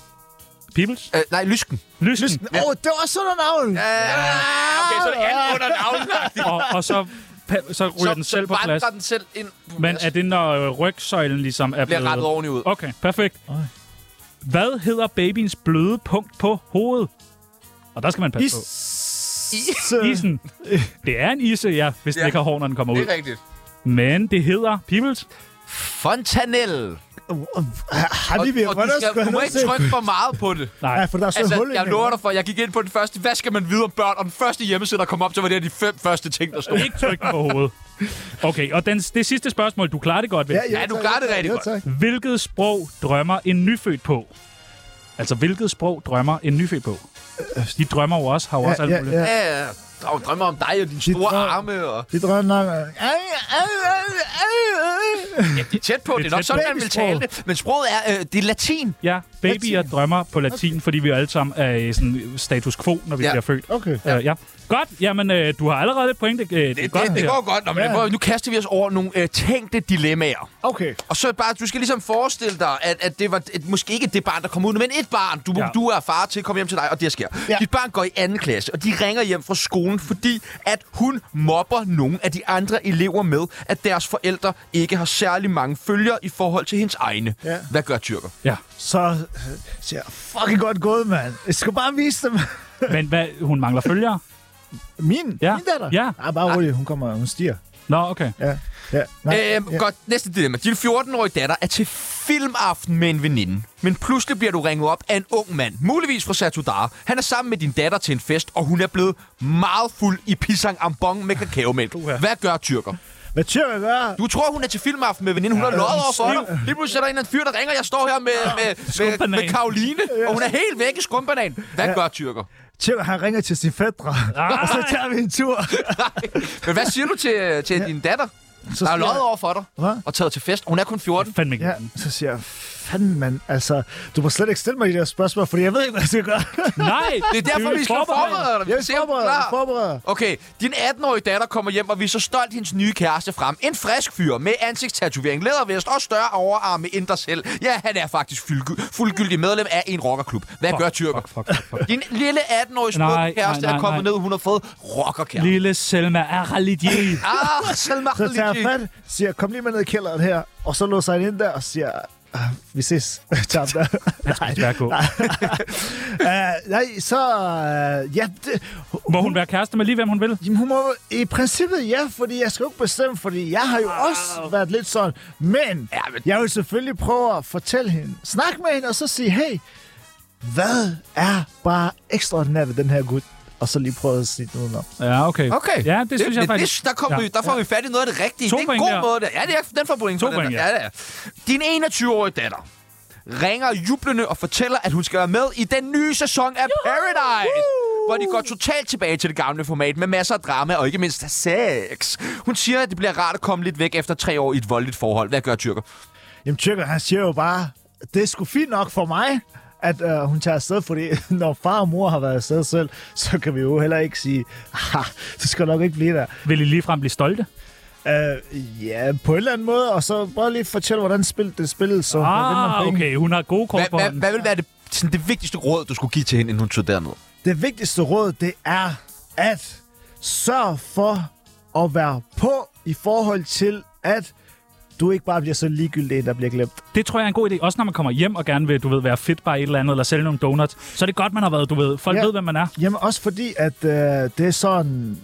Peoples? Øh, nej, lysken. Lysten? Åh, oh, det var også under navlen! Ja. Ah, okay, så er det alt under navlen. Og, og så, pa- så ryger så, den selv på vandrer plads. den selv ind. på Men plads. er det, når øh, rygsøjlen ligesom er bliver rettet blevet... ordentligt ud. Okay, perfekt. Hvad hedder babyens bløde punkt på hovedet? Og der skal man passe Is. på. øh, Isen. Det er en ise, ja, hvis den Ja. ikke har hår, når den kommer Det ud. er rigtigt. Men det hedder, Pibels, Fontanel. Har de ved, og du hvordan skal, skulle du jeg må nu ikke se? trykke for meget på det. Ja, nej, for der er så et Altså, hul ind jeg i lover den. dig for, jeg gik ind på den første, hvad skal man vide om børn? Og den første hjemmeside, der kom op, så var det her de fem første ting, der stod. ikke tryk den på hovedet. Okay, og den, det sidste spørgsmål, du klarer det godt, vel? Ja, du tak. klarer det rigtig ja, godt. Tak. Hvilket sprog drømmer en nyfødt på? Altså, hvilket sprog drømmer en nyfødt på? De drømmer jo også, har jo Øh, Ja, også alt ja, muligt. ja. Ja, ja, ja. Og drømmer om dig og dine De store drømmer- arme. Og... De drømmer nok... Ja, det er tæt på. Det er, tæt nok sådan, på. man vil tale det. Men sproget er, øh, det er latin. Ja, babyer Latin. drømmer på latin, fordi vi alle sammen er i sådan status quo, når vi ja. Ja. bliver født. Okay. Ja. Øh, ja. Godt, jamen øh, du har allerede et point. Det, øh, det, er Det, godt, det, det her. går godt. Nå, men det går, nu kaster vi os over nogle øh, tænkte dilemmaer. Okay. Og så bare, du skal ligesom forestille dig, at, at det var et, måske ikke det barn, der kom ud, men et barn, du, Ja. ja. du er far til, kommer hjem til dig, og det sker. Ja. Ja. Dit barn går i anden klasse, og de ringer hjem fra skolen, fordi at hun mobber nogle af de andre elever med, at deres forældre ikke har særlig mange følgere i forhold til hendes egne. Ja. Ja. Hvad gør tyrker? Ja. Så øh, siger jeg, fucking godt gået, mand. Jeg skal bare vise dem. Men hvad, hun mangler følgere? Min, Ja. min datter? Ja. Ah, bare rolig, hun kommer, hun stiger. Nå, okay. Ja. Ja. Nej. Øhm, ja. Godt, næste dilemma. Din 14-årige datter er til filmaften med en veninde. Men pludselig bliver du ringet op af en ung mand, muligvis fra Satudara. Han er sammen med din datter til en fest, og hun er blevet meget fuld i pisang ambon med kakaomælk. Hvad gør tyrker? Hvad tør jeg gøre? Du tror, hun er til filmaften med veninden. Hun har løjet over for dig. Lige pludselig er der en eller anden fyr, der ringer. Jeg står her med, med, med, Skumbanan. med Karoline, og hun er helt væk i skumbanan. Hvad gør tyrker? Tjør, han ringer til sin fædre, Ah. og så tager vi en tur. Men hvad siger du til, til din datter? Så Der er siger løjet jeg- over for dig Hvad? og taget til fest. Hun er kun 14. Fandme ikke. Ja, Ja. så siger jeg, fanden mand, altså, du må slet ikke stille mig de der spørgsmål, fordi jeg ved ikke, hvad jeg skal gøre. Nej! Det er derfor, vi skal forberede dig. Vi Jeg skal se, om du er forbereder, jeg klar. forbereder. Okay, din 18-årige datter kommer hjem og viser stolt hendes nye kæreste frem. En frisk fyr med ansigtstatovering, lædervest og større overarm med indre selv. Ja, han er faktisk fuldgy- fuldgyldig medlem af en rockerklub. Hvad fuck, gør tyrker? Fuck, fuck, fuck. Din lille 18-årige Nej, smukke kæreste nej, nej, er kommet nej. ned, hun har fået rockerkæreste. Lille Selma er religiøs. Ah, Selma Så tager jeg Khalidi. fat, siger, kom lige med ned i kælderen her, og så låser han ind der og siger, "Ah, vi ses. Tager ham der. Nej, nej. uh, nej, så... Uh, ja, det, Må hun være kæreste med lige, hvem hun vil? Jamen, hun må i princippet ja, fordi jeg skal jo ikke bestemme, fordi jeg har jo også været lidt sådan. Men, ja, men men- jeg vil selvfølgelig prøve at fortælle hende. Snak med hende, og så sige, hey, hvad er bare ekstraordinært ved den her gut? Og så lige prøve at sige noget udenom. Ja, okay. Okay. Ja, det, det synes jeg det, faktisk. Det, der, kom Ja. ja. vi, der får vi fat i noget af det rigtige. To det er en point god der. måde. Der. Ja, det er, den får point. To for den point, der. ja. ja. det er. Din 21-årige datter ringer jublende og fortæller, at hun skal være med i den nye sæson af Paradise. Hvor de går totalt tilbage til det gamle format med masser af drama og ikke mindst sex. Hun siger, at det bliver rart at komme lidt væk efter tre år i et voldeligt forhold. Hvad gør tyrker? Jamen, Tjøkker, han siger jo bare, det er sgu fint nok for mig, at øh, hun tager afsted, fordi når far og mor har været afsted selv, så kan vi jo heller ikke sige, ah, det skal nok ikke blive der. Vil I ligefrem blive stolte? Øh, ja, på en eller anden måde, og så bare lige fortælle, hvordan spil, det spillede, så man vinder Ah, penge. okay. Hun har gode kort på Hvad, hvad, hånden. hvad vil være det, sådan det vigtigste råd, du skulle give til hende, inden hun tog derned? Det vigtigste råd, det er at sørge for at være på i forhold til, at du ikke bare bliver så ligegyldig, en, der bliver glemt. Det tror jeg er en god idé. Også når man kommer hjem og gerne vil, du ved, være fit bare et eller andet, eller sælge nogle donuts. Så er det godt, man har været, du ved. Folk Ja. ved, hvem man er. Jamen også fordi, at øh, det er sådan...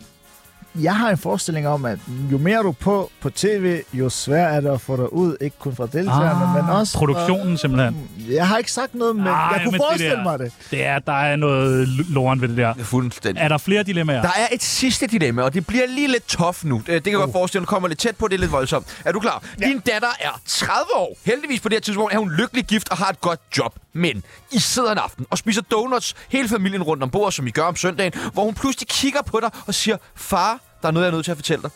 jeg har en forestilling om, at jo mere du er på på tv, jo sværere er det at få dig ud. Ikke kun fra deltagerne, ah, men også... fra- Produktionen simpelthen. Jeg har ikke sagt noget, men Ej, jeg kunne men forestille det det der, mig det. Det er, der er noget l- loren ved det der. Fuldstændig. Er der flere dilemmaer? Der er et sidste dilemma, og det bliver lige lidt tof nu. Øh, Det kan jeg Uh. godt forestille, at du kommer lidt tæt på, det er lidt voldsomt. Er du klar? Ja. Din datter er 30 år. Heldigvis på det her tidspunkt er hun lykkelig gift og har et godt job. Men I sidder en aften og spiser donuts hele familien rundt om bordet, som I gør om søndagen, hvor hun pludselig kigger på dig og siger, far, der er noget, jeg er nødt til at fortælle dig.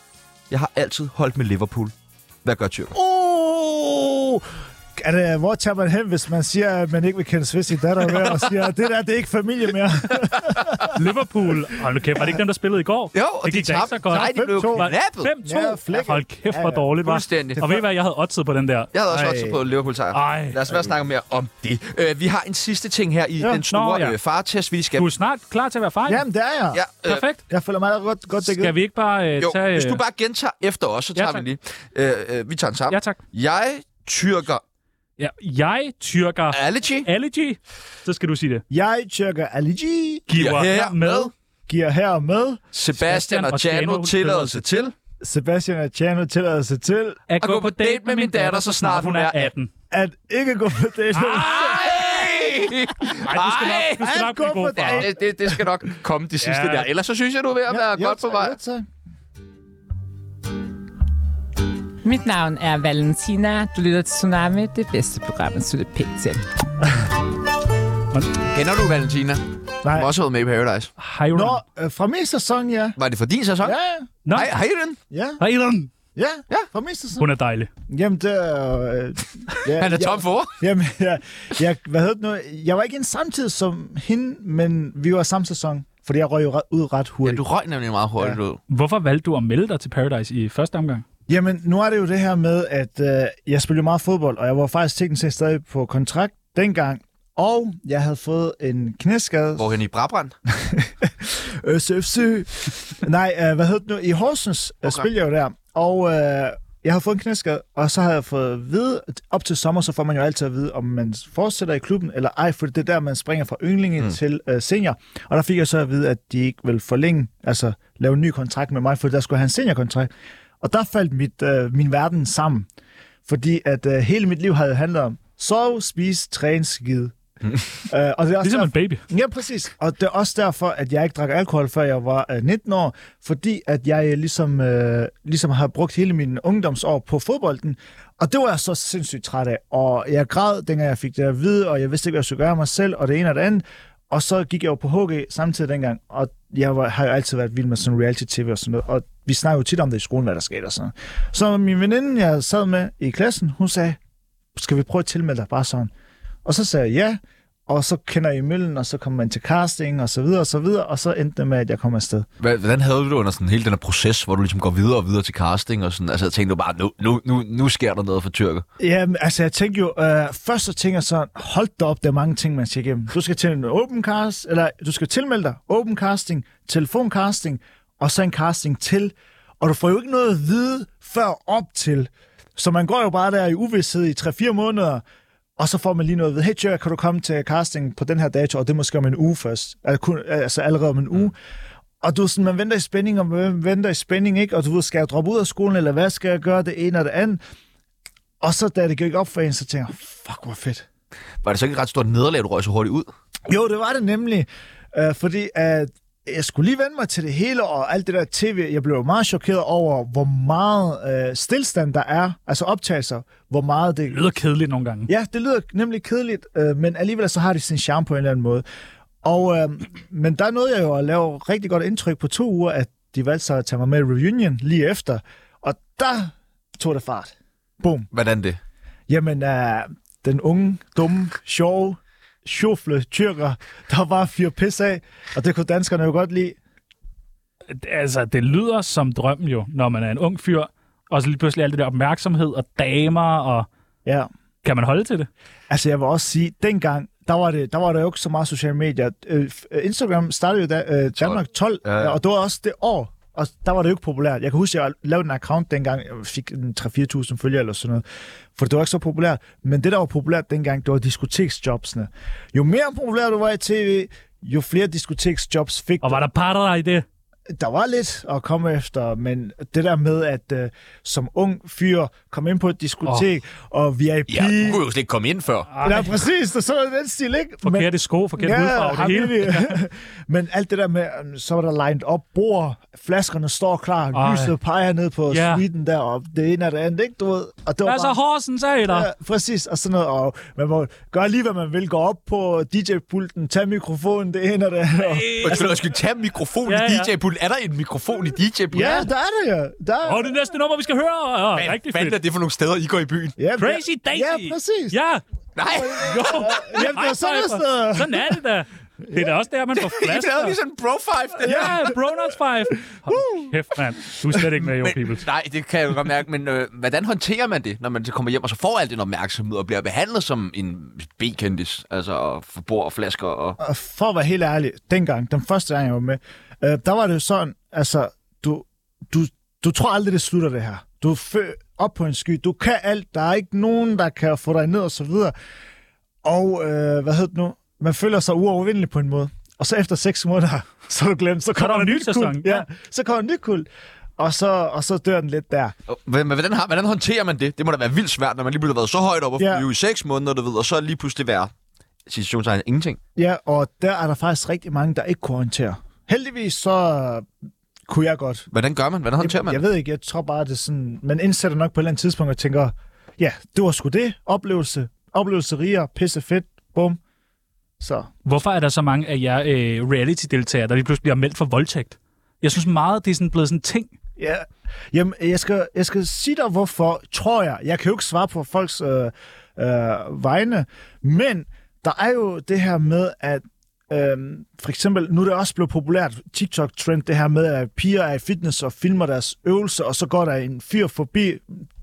Jeg har altid holdt med Liverpool. Hvad gør tyrker? Uh, er det, hvor tager man hen, hvis man siger, at man ikke vil kende Svist i datter mere, og siger, at det der, det er ikke familie mere? Liverpool. Hold nu kæft, var det ikke dem, der spillede i går? Jo, det og de gik da ikke tabte. så godt. Nej, de blev 5-2. knappet. 5-2. Ja, Ja, flækket. hold kæft, hvor Ja, ja. dårligt, var. Fuldstændig. Og ved I hvad, jeg havde oddset på den der. Jeg havde også Ej. også på Liverpool sejr. Ej. Lad os være snakke mere om det. Øh, vi har en sidste ting her i Ja. den store Nå, ja. øh, fartest, vi skal... Du er snart klar til at være fejl. Jamen, det er jeg. Ja, øh, Perfekt. Jeg føler mig godt, godt dækket. Skal vi ikke bare øh, Jo, tage... hvis du øh, bare gentager efter os, så Ja, tager vi lige. Øh, øh, vi tager den sammen. Ja, tak. Jeg tyrker Ja, jeg tyrker allergy. allergy. Så skal du sige det. Jeg tjekker Ali G, Giver her med giver her med Sebastian og Chano tilladelse til Sebastian og Tjano tilladelse til, At gå på date med min datter, så snart hun er 18. at ikke gå på date. Ah! Ej! Nej, du skal nok, du skal Ej, nok gå blive god på far. Ja, det, det, det skal nok komme det sidste Ja. der. Ellers så synes jeg, du er ved at være godt på vej. Mit navn er Valentina. Du lytter til Tsunami, det bedste program, at slutte pænt til. Kender du Valentina? Nej. Hun har også været med i Paradise. Hiram. Nå, øh, fra min sæson, ja. Var det for din sæson? Ja, Nå, Hej, hej den. ja, Hiram. ja, ja. fra min sæson. Hun er dejlig. Jamen, det er... Øh, ja, Han er tom for ord. Jeg, jamen, jeg, jeg, hvad hedder det nu? Jeg var ikke en samtidig som hende, men vi var samme sæson, fordi jeg røg jo ret- ud ret Ja, hurtigt. du røg nemlig meget hurtigt ud. Hvorfor valgte du at melde dig til Paradise i første omgang? Jamen, nu er det jo det her med, at øh, jeg spillede meget fodbold, og jeg var faktisk teknisk set stadig på kontrakt dengang. Og jeg havde fået en knæskade. Hvorhen i Brabrand? SFC. Øh, Nej, øh, hvad hed det nu? I Horsens okay. Okay. spiller jeg jo der. Og øh, jeg har fået en knæskade, og så har jeg fået at vide, at op til sommer, så får man jo altid at vide, om man fortsætter i klubben eller ej, for det er der, man springer fra yndlinge mm. til øh, senior. Og der fik jeg så at vide, at de ikke vil forlænge, altså lave en ny kontrakt med mig, for der skulle jeg have en seniorkontrakt. Og der faldt mit, øh, min verden sammen, fordi at øh, hele mit liv havde handlet om sove, spise, træne, skide. Mm. Øh, og det er også Ligesom derfor- en baby. Ja, præcis. Og det er også derfor, at jeg ikke drak alkohol, før jeg var øh, 19 år, fordi at jeg øh, ligesom, øh, ligesom har brugt hele min ungdomsår på fodbolden, og det var jeg så sindssygt træt af. Og jeg græd, dengang jeg fik det at vide, og jeg vidste ikke, hvad jeg skulle gøre mig selv, og det ene og det andet. Og så gik jeg jo på HG samtidig dengang, og jeg var, har jo altid været vild med sådan reality-tv og sådan noget, og vi snakker jo tit om det i skolen, hvad der skete og sådan noget. Så min veninde, jeg sad med i klassen, hun sagde, skal vi prøve at tilmelde dig bare sådan? Og så sagde jeg ja, og så kender I møllen, og så kommer man til casting, og så videre, og så videre, og så endte det med, at jeg kom afsted. Hvad- Hvordan havde du det under sådan hele den her proces, hvor du ligesom går videre og videre til casting og sådan? Altså, jeg tænkte du bare, nu, nu, nu, nu sker der noget for tyrker. Jamen, altså, jeg tænkte jo, øh, først så tænker jeg sådan, hold da op, der er mange ting, man skal igennem. Du skal til en open cast, eller du skal tilmelde dig, open casting, telefoncasting, og så en casting til, og du får jo ikke noget at vide før op til. Så man går jo bare der i uvidshed i 3-4 måneder, og så får man lige noget ved, hey Jerry, kan du komme til casting på den her dato, og det er måske om en uge først, altså, kun, altså allerede om en uge. Og du er sådan, man venter i spænding, og man venter i spænding, ikke? Og du ved, skal jeg droppe ud af skolen, eller hvad skal jeg gøre, det ene og det andet. Og så da det gik op for en, så tænker jeg, fuck, hvor fedt. Var det så ikke et ret stort nederlag, du røg så hurtigt ud? Jo, det var det nemlig, øh, fordi at jeg skulle lige vende mig til det hele, og alt det der tv, jeg blev jo meget chokeret over, hvor meget øh, stillstand der er, altså optagelser, hvor meget det... Det lyder kedeligt nogle gange. Ja, det lyder nemlig kedeligt, øh, men alligevel så har de sin charme på en eller anden måde. Og, øh, men der nåede jeg jo at lave rigtig godt indtryk på to uger, at de valgte sig at tage mig med i Reunion lige efter, og der tog det fart. Boom. Hvordan det? Jamen, øh, den unge, dumme, sjove, sjofle tyrker, der var fyr pis af, og det kunne danskerne jo godt lide. Altså, det lyder som drømmen jo, når man er en ung fyr, og så lige pludselig alt det der opmærksomhed og damer, og Ja. kan man holde til det? Altså, jeg vil også sige, dengang, der var, det, der var der jo ikke så meget sociale medier. Øh, f- Instagram startede jo da, øh, Danmark 12, Ja, ja. og det var også det år, og der var det jo ikke populært. Jeg kan huske, at jeg lavede en account dengang, jeg fik en 3-4.000 følgere eller sådan noget, for det var ikke så populært. Men det, der var populært dengang, det var diskoteksjobsene. Jo mere populær du var i tv, jo flere diskoteksjobs fik Og var der parter i det? der var lidt at komme efter, men det der med, at øh, som ung fyr kom ind på et diskotek, oh. og VIP... Ja, du kunne jo slet ikke komme ind før. Øh, Ja, præcis, og så er den stil, ikke? Forkerte sko, forkert ja, hudfarve, det hele. hele. men alt det der med, øhm, så var der lined op bord, flaskerne står klar, Ej. Ej. lyset peger ned på Ja. yeah. suiten der, og det ene og det andet, ikke? Du ved, og det var Hvad så Horsens af dig? Ja, præcis, og sådan noget. Og man må gøre lige, hvad man vil. Gå op på DJ-pulten, tage mikrofonen, det ene og det andet. Og- Undskyld, undskyld, tag mikrofon altså- Ja, ja, i ja. DJ-pulten. Er der en mikrofon i DJ-pulten? Ja, der er det jo. Der er... Og det næste nummer, vi skal høre, er rigtig Hvad fedt. er det for nogle steder, I går i byen? Ja, Crazy ja, Daisy. Ja, præcis. Ja. Ja, Nej, jo. Jamen, det er sådan High et five. sted. Sådan er det da. Det er da også der, man får I lavede lige flasker. sådan en bro five. Det Ja, Bronuts 5. Hold kæft, mand. Du er slet ikke med, jo, people. Nej, det kan jeg jo godt mærke, men øh, hvordan håndterer man det, når man så kommer hjem og så får al den opmærksomhed og bliver behandlet som en B-kendis, altså og får bord og flasker og... Og for at være helt ærlig, dengang, den første gang, jeg var med, øh, der var det jo sådan, altså, du, du, du tror aldrig, det slutter det her. Du er fø- op på en sky, du kan alt, der er ikke nogen, der kan få dig ned og så videre. Og, øh, hvad hedder det nu, man føler sig uovervindelig på en måde. Og så efter seks måneder, så er du glemt, så kommer der der en en ny ny sæson, kul. ja. Ja, så kommer der en ny kul. Og så, og så dør den lidt der. og men hvordan, har, hvordan håndterer man det? Det må da være vildt svært, når man lige pludselig har været så højt op og Ja. flyve i seks måneder, du ved, og så lige pludselig være situationstegn ingenting. Ja, og der er der faktisk rigtig mange, der ikke kunne orientere. Heldigvis så øh, kunne jeg godt. Hvordan gør man? Hvordan håndterer man? Jeg ved ikke, jeg tror bare, det er sådan, man indsætter nok på et eller andet tidspunkt og tænker, ja, det var sgu det, oplevelse, oplevelse riger, pisse fedt, bum. Så Hvorfor er der så mange af jer øh, reality-deltagere, der lige pludselig bliver meldt for voldtægt? Jeg synes meget, det er sådan blevet sådan en ting. Ja, jamen, jeg skal, jeg skal sige dig, hvorfor, tror jeg. Jeg kan jo ikke svare på folks øh, øh, vegne, men der er jo det her med, at øh, for eksempel, nu er det også blevet populært, TikTok-trend, det her med, at piger er i fitness og filmer deres øvelser, og så går der en fyr forbi,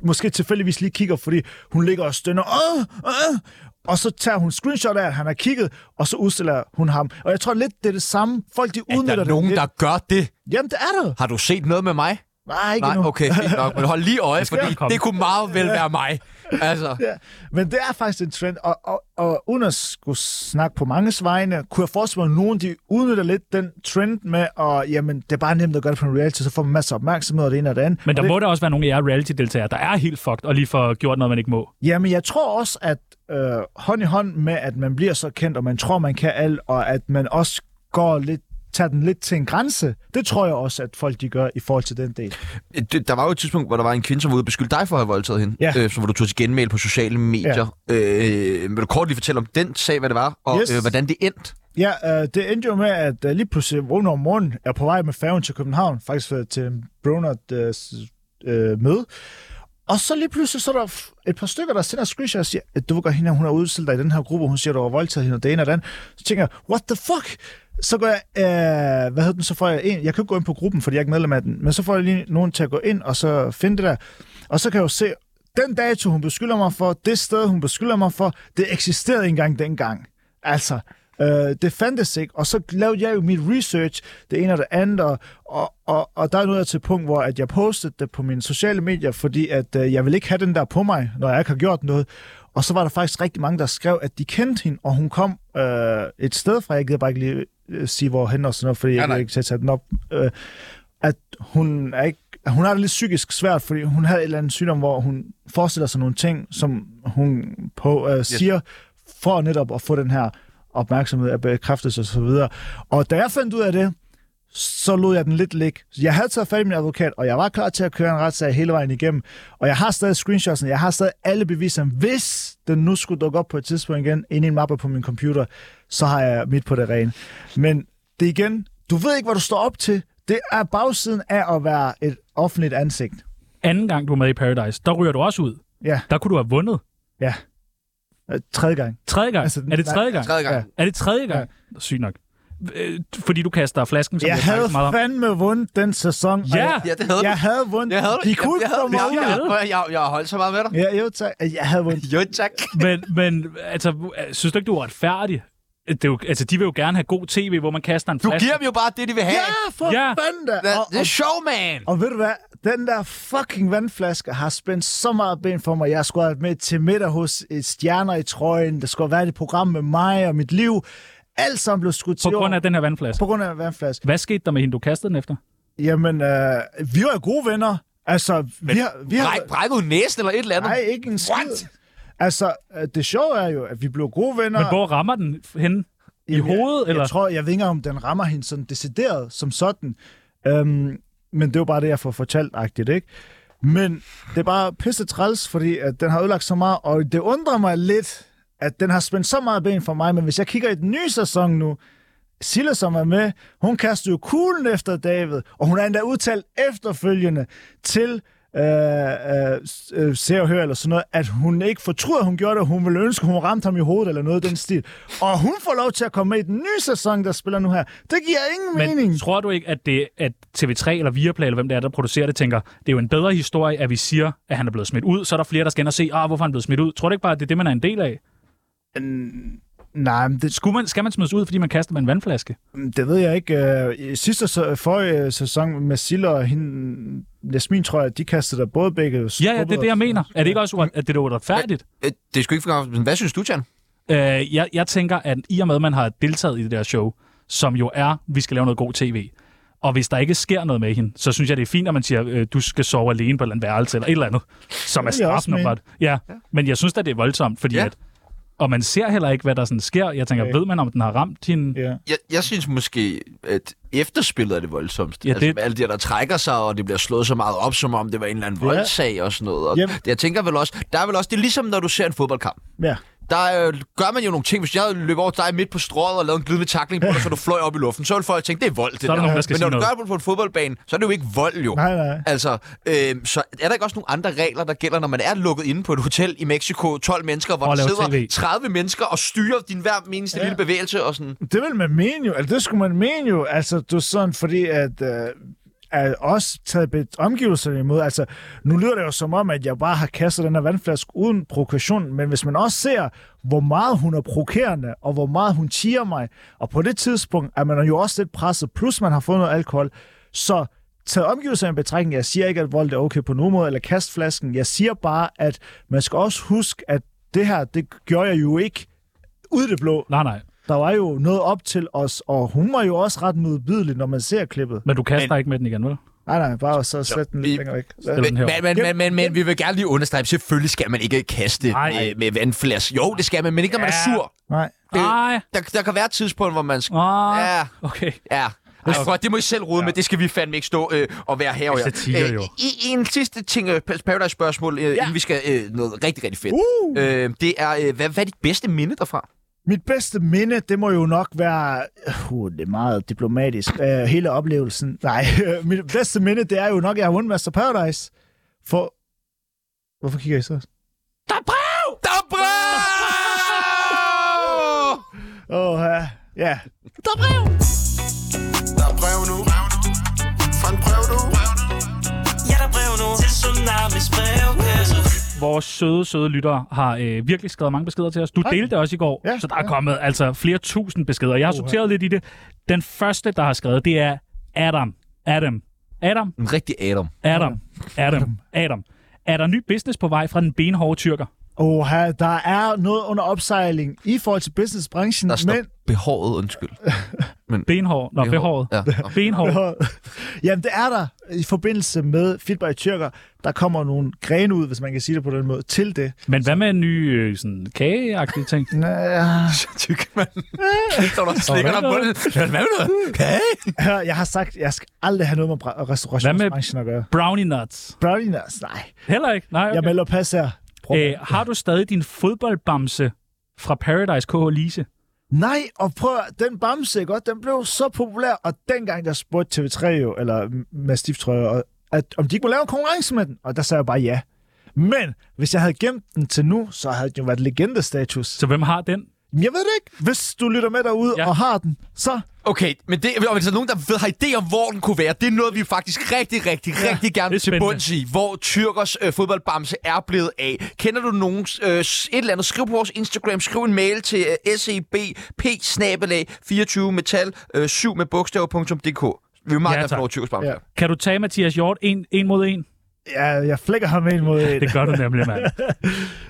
måske tilfældigvis lige kigger, fordi hun ligger og stønner, åh, åh, og så tager hun screenshot af, at han har kigget, og så udstiller hun ham. Og jeg tror lidt, det er det samme. Folk, de Er udnytter der det nogen, lidt. der gør det? Jamen, det er det. Har du set noget med mig? Nej, ikke Nej, endnu. okay, fint nok. Men hold lige øje, fordi komme. det kunne meget vel være mig. Altså, Ja, men det er faktisk en trend, og, og, og uden at skulle snakke på mange vegne, kunne jeg forestille mig, at nogen de udnytter lidt den trend med, og jamen, det er bare nemt at gøre det på en reality, så får man masser af opmærksomhed og det ene og det andet. Men der og det, må da også være nogle af jer reality-deltagere, der er helt fucked og lige får gjort noget, man ikke må. Jamen, jeg tror også, at øh, hånd i hånd med, at man bliver så kendt, og man tror, man kan alt, og at man også går lidt tager den lidt til en grænse. Det tror jeg også, at folk de gør i forhold til den del. det, der var jo et tidspunkt, hvor der var en kvinde, som var ude og beskylde dig for at have voldtaget hende. Ja. Øh, så hvor du tog til genmæl på sociale medier. Ja. Øh, vil du kort lige fortælle om den sag, hvad det var, og Yes. øh, hvordan det endte? Ja, øh, det endte jo med, at øh, lige pludselig vågner om morgenen, er på vej med færgen til København, faktisk øh, til en Bronert øh, s- øh, møde. Og så lige pludselig, så er der f- et par stykker, der sender screenshot og siger, at du går hende, her, hun har udstillet dig i den her gruppe, og hun siger, at du har voldtaget hende, og det ene og det andet. Så tænker jeg, what the fuck? Så går jeg, øh, hvad hedder den, så får jeg en, jeg kan ikke gå ind på gruppen, fordi jeg er ikke medlem af den, men så får jeg lige nogen til at gå ind, og så finde det der. Og så kan jeg jo se, den dato, hun beskylder mig for, det sted, hun beskylder mig for, det eksisterede ikke engang dengang. Altså, øh, det fandtes ikke. Og så lavede jeg jo mit research, det ene og det andet, og, og, og, og der er noget til et punkt, hvor at jeg postede det på mine sociale medier, fordi at øh, jeg vil ikke have den der på mig, når jeg ikke har gjort noget. Og så var der faktisk rigtig mange, der skrev, at de kendte hende, og hun kom øh, et sted fra, jeg gider bare ikke lige øh, sige, hvorhen og sådan noget, fordi jeg ja, kan ikke sætte den op. Øh, at hun er ikke at hun har det lidt psykisk svært, fordi hun havde et eller andet sygdom, hvor hun forestiller sig nogle ting, som hun på, øh, siger, for netop at få den her opmærksomhed af bekræftelse og så videre. Og da jeg fandt ud af det, så lod jeg den lidt ligge. Jeg havde taget fat i min advokat, og jeg var klar til at køre en retssag hele vejen igennem. Og jeg har stadig screenshotsene, jeg har stadig alle beviserne. Hvis den nu skulle dukke op på et tidspunkt igen, inde i en mappe på min computer, så har jeg mit på det rene. Men det er igen, du ved ikke, hvad du står op til. Det er bagsiden af at være et offentligt ansigt. Anden gang, du var med i Paradise, der ryger du også ud. Ja, Der kunne du have vundet. ja. Øh, Tredje gang. Tredje gang. Altså, er det tredje gang? Tredje gang. Ja. Er det tredje gang? Sygt nok. Øh, Fordi du kaster flasken, som Jeg vi har havde snakket meget om. fandme vundet den sæson. og Ja! jeg- Ja, det havde Jeg du. havde vundet. Jeg havde De kunne jeg, ikke få mig jeg, ud. jeg, jeg, jeg, jeg holdt så meget med dig. Ja, jo tak. Jeg havde vundet. Jo, tak. Men, men altså, synes du ikke, du er retfærdig? Det er jo, altså, de vil jo gerne have god tv, hvor man kaster en Du flaske. giver dem jo bare det, de vil have. Ja, for Ja. ja. fanden da. Hva- Og, Det er show, man. og ved du hvad? Den der fucking vandflaske har spændt så meget ben for mig. Jeg skulle have været med til middag hos et stjerner i trøjen. Der skulle have været et program med mig og mit liv. Alt sammen blev skudt På til grund af jorden. den her vandflaske. på grund af vandflasken. Hvad skete der med hende, du kastede den efter? Jamen, øh, vi var jo gode venner. Altså, vi har... Vi har Bræk, brækket hun næsen eller et eller andet? nej, ikke en skid. What? Altså, øh, det sjove er jo, at vi blev gode venner. Men hvor rammer den henne? I Jamen, hovedet, jeg, eller? Jeg tror, jeg ved ikke, om den rammer hende sådan decideret som sådan. Øhm, men det er jo bare det, jeg får fortalt-agtigt, ikke? Men det er bare pisse træls, fordi at den har ødelagt så meget, og det undrer mig lidt, at den har spændt så meget ben for mig, men hvis jeg kigger i den nye sæson nu, Silla, som er med, hun kaster jo kuglen efter David, og hun er endda udtalt efterfølgende til øh, øh, s- øh, Se og Hør eller sådan noget, at hun ikke fortryder, hun gjorde det, hun ville ønske, hun ramte ham i hovedet eller noget af den stil. Og hun får lov til at komme med i den nye sæson, der spiller nu her. Det giver ingen Men mening. tror du ikke, at, det, at TV3 eller Viaplay, eller hvem det er, der producerer det, tænker, det er jo en bedre historie, at vi siger, at han er blevet smidt ud, så er der flere, der skal ind og se, ah, hvorfor er han blevet smidt ud. Tror du ikke bare, at det er det, man er en del af? Nej, men det, Skulle man, skal man smides ud, fordi man kaster med en vandflaske? Det ved jeg ikke. Øh, i Sidste sæ- forrige sæson med Silla og hende, Jasmin, tror jeg, de kastede der både begge Ja, ja, det er det, jeg mener. Er det ikke også uret- at det er uretfærdigt? Øh, Det er sgu ikke forklaret. Men Hvad synes du, Jan? Øh, jeg, jeg tænker, at i og med, at man har deltaget i det der show, som jo er, vi skal lave noget god tv, og hvis der ikke sker noget med hende, så synes jeg, det er fint, at man siger, øh, du skal sove alene på et eller andet værelse, eller et eller andet, som er Det vil jeg også straffen åbenbart. Ja, men jeg synes da, det er voldsomt, fordi Ja. ja. at, og man ser heller ikke, hvad der sådan sker. Jeg tænker, Nej. ved man, om den har ramt hende? Ja. Jeg, jeg synes måske, at efterspillet er det voldsomste. Ja, Ja, det... det- Altså, alle de, der trækker sig, og det bliver slået så meget op, som om det var en eller anden Ja. voldsag og sådan noget. Og Jamen. jeg tænker vel også, der er vel også, det er ligesom når du ser en fodboldkamp. Ja. Der øh, gør man jo nogle ting. Hvis jeg løb over dig midt på strået og lavede en glidende takling på dig, så du fløj op i luften, så ville folk tænke, det er vold, det Så er der nogen, der skal Men sige når du noget. gør det på en fodboldbane, så er det jo ikke vold, jo. Nej, nej. Altså, øh, så er der ikke også nogle andre regler, der gælder, når man er lukket inde på et hotel i Mexico, 12 mennesker, hvor Og der laver sidder TV. 30 mennesker og styrer din hver eneste ja. lille bevægelse og sådan. Det vil man mene jo. Altså, det skulle man mene jo. Altså, du er sådan, fordi at... Øh, er også taget bet- omgivelserne imod. Altså, nu lyder det jo som om, at jeg bare har kastet den her vandflaske uden provokation, men hvis man også ser, hvor meget hun er provokerende, og hvor meget hun tiger mig, og på det tidspunkt er man jo også lidt presset, plus man har fået noget alkohol, så taget omgivelserne i betragtning, jeg siger ikke, at vold er okay på nogen måde, eller kastflasken, jeg siger bare, at man skal også huske, at det her, det gjorde jeg jo ikke ud i det blå. Nej, nej. Der var jo noget op til os, og hun var jo også ret modbydelig, når man ser klippet. Men du kaster men... ikke med den igen, vel? Nej, nej, bare så slet den vi- længere væk. Eller- Ja. den Men, men, her. men, men, men, men vi vil gerne lige understrege, at selvfølgelig skal man ikke kaste Nej. med, med vandflaske. Jo, det skal man, men ikke når man er Ja. sur. Nej. Det- Nej. Der, der kan være et tidspunkt, hvor man skal... Ah, Ja, okay. ja. Ej, prøv, at- det må I selv rode ja. med. Det skal vi fandme ikke stå øh, og være her og Satire, jo. I, I en sidste ting, øh, Pa- Paradise-spørgsmål, øh, ja. inden vi skal øh, noget rigtig, rigtig fedt. Uh! Øh, det er, øh, hvad, hvad er dit bedste minde derfra? Mit bedste minde, det må jo nok være... Uh, det er meget diplomatisk. Uh, hele oplevelsen. Nej, mit bedste minde, det er jo nok, at jeg har vundet Master Paradise. For... Hvorfor kigger I så? Der er brev! Åh, oh, ja. ja. Der er brev nu. Fra en brev nu. Ja, der er brev nu til Tsunamis brevkasse. Vores søde, søde lyttere har øh, virkelig skrevet mange beskeder til os. Du delte det også i går, ja, Ja, så der er kommet altså flere tusind beskeder. Jeg har sorteret lidt i det. Den første, der har skrevet, det er Adam. Adam. Adam. En rigtig Adam. Adam. Adam. Adam. Er der ny business på vej fra den benhårde tyrker? Oha, der er noget under opsejling i forhold til businessbranchen, Der står men... behåret, undskyld. Benhård. Nå, behåret. Ja. Benhård. Nå. Jamen, det er der i forbindelse med Fitbar i Tyrker. Der kommer nogle grene ud, hvis man kan sige det på den måde, til det. Men hvad med en ny øh, sådan, kageagtig ting? Tyk, mand. Så du slikker dig hvad på med det. Hvad med noget? Okay. Hør, jeg har sagt, jeg skal aldrig have noget med bra- restaurationsbranchen at gøre. Brownie nuts. Brownie nuts? Nej. Heller ikke? Nej, Jeg okay. Øh. melder pas her. Prøv. Æ, har du stadig din fodboldbamse fra Paradise KH Lise? Nej, og prøv at- den bamse, ikke? også? den blev så populær, og dengang der spurgte TV3 jo, eller med Stift, tror jeg, og- at, om de ikke må lave en konkurrence med den, og der sagde jeg bare ja. Men hvis jeg havde gemt den til nu, så havde den jo været legendestatus. Så hvem har den? Men Jeg ved det ikke. Hvis du lytter med derude Ja. ja. og har den, så Okay, men det, og hvis der er nogen, der ved, har idé om, hvor den kunne være, det er noget, vi faktisk rigtig, rigtig, ja, rigtig gerne det er vil til spændende. bunds i, hvor Tyrkers øh, fodboldbamse er blevet af. Kender du nogen, øh, s- et eller andet, skriv på vores Instagram, skriv en mail til øh, sebp-24metal7 øh, syv med bogstaver.dk. Vi vil meget Ja, ja, gerne tak. få lov til Tyrkers bamse. Ja. Ja. Kan du tage Mathias Hjort en, en mod en? Jeg, jeg flækker ham ind mod en. Det gør du nemlig, mand.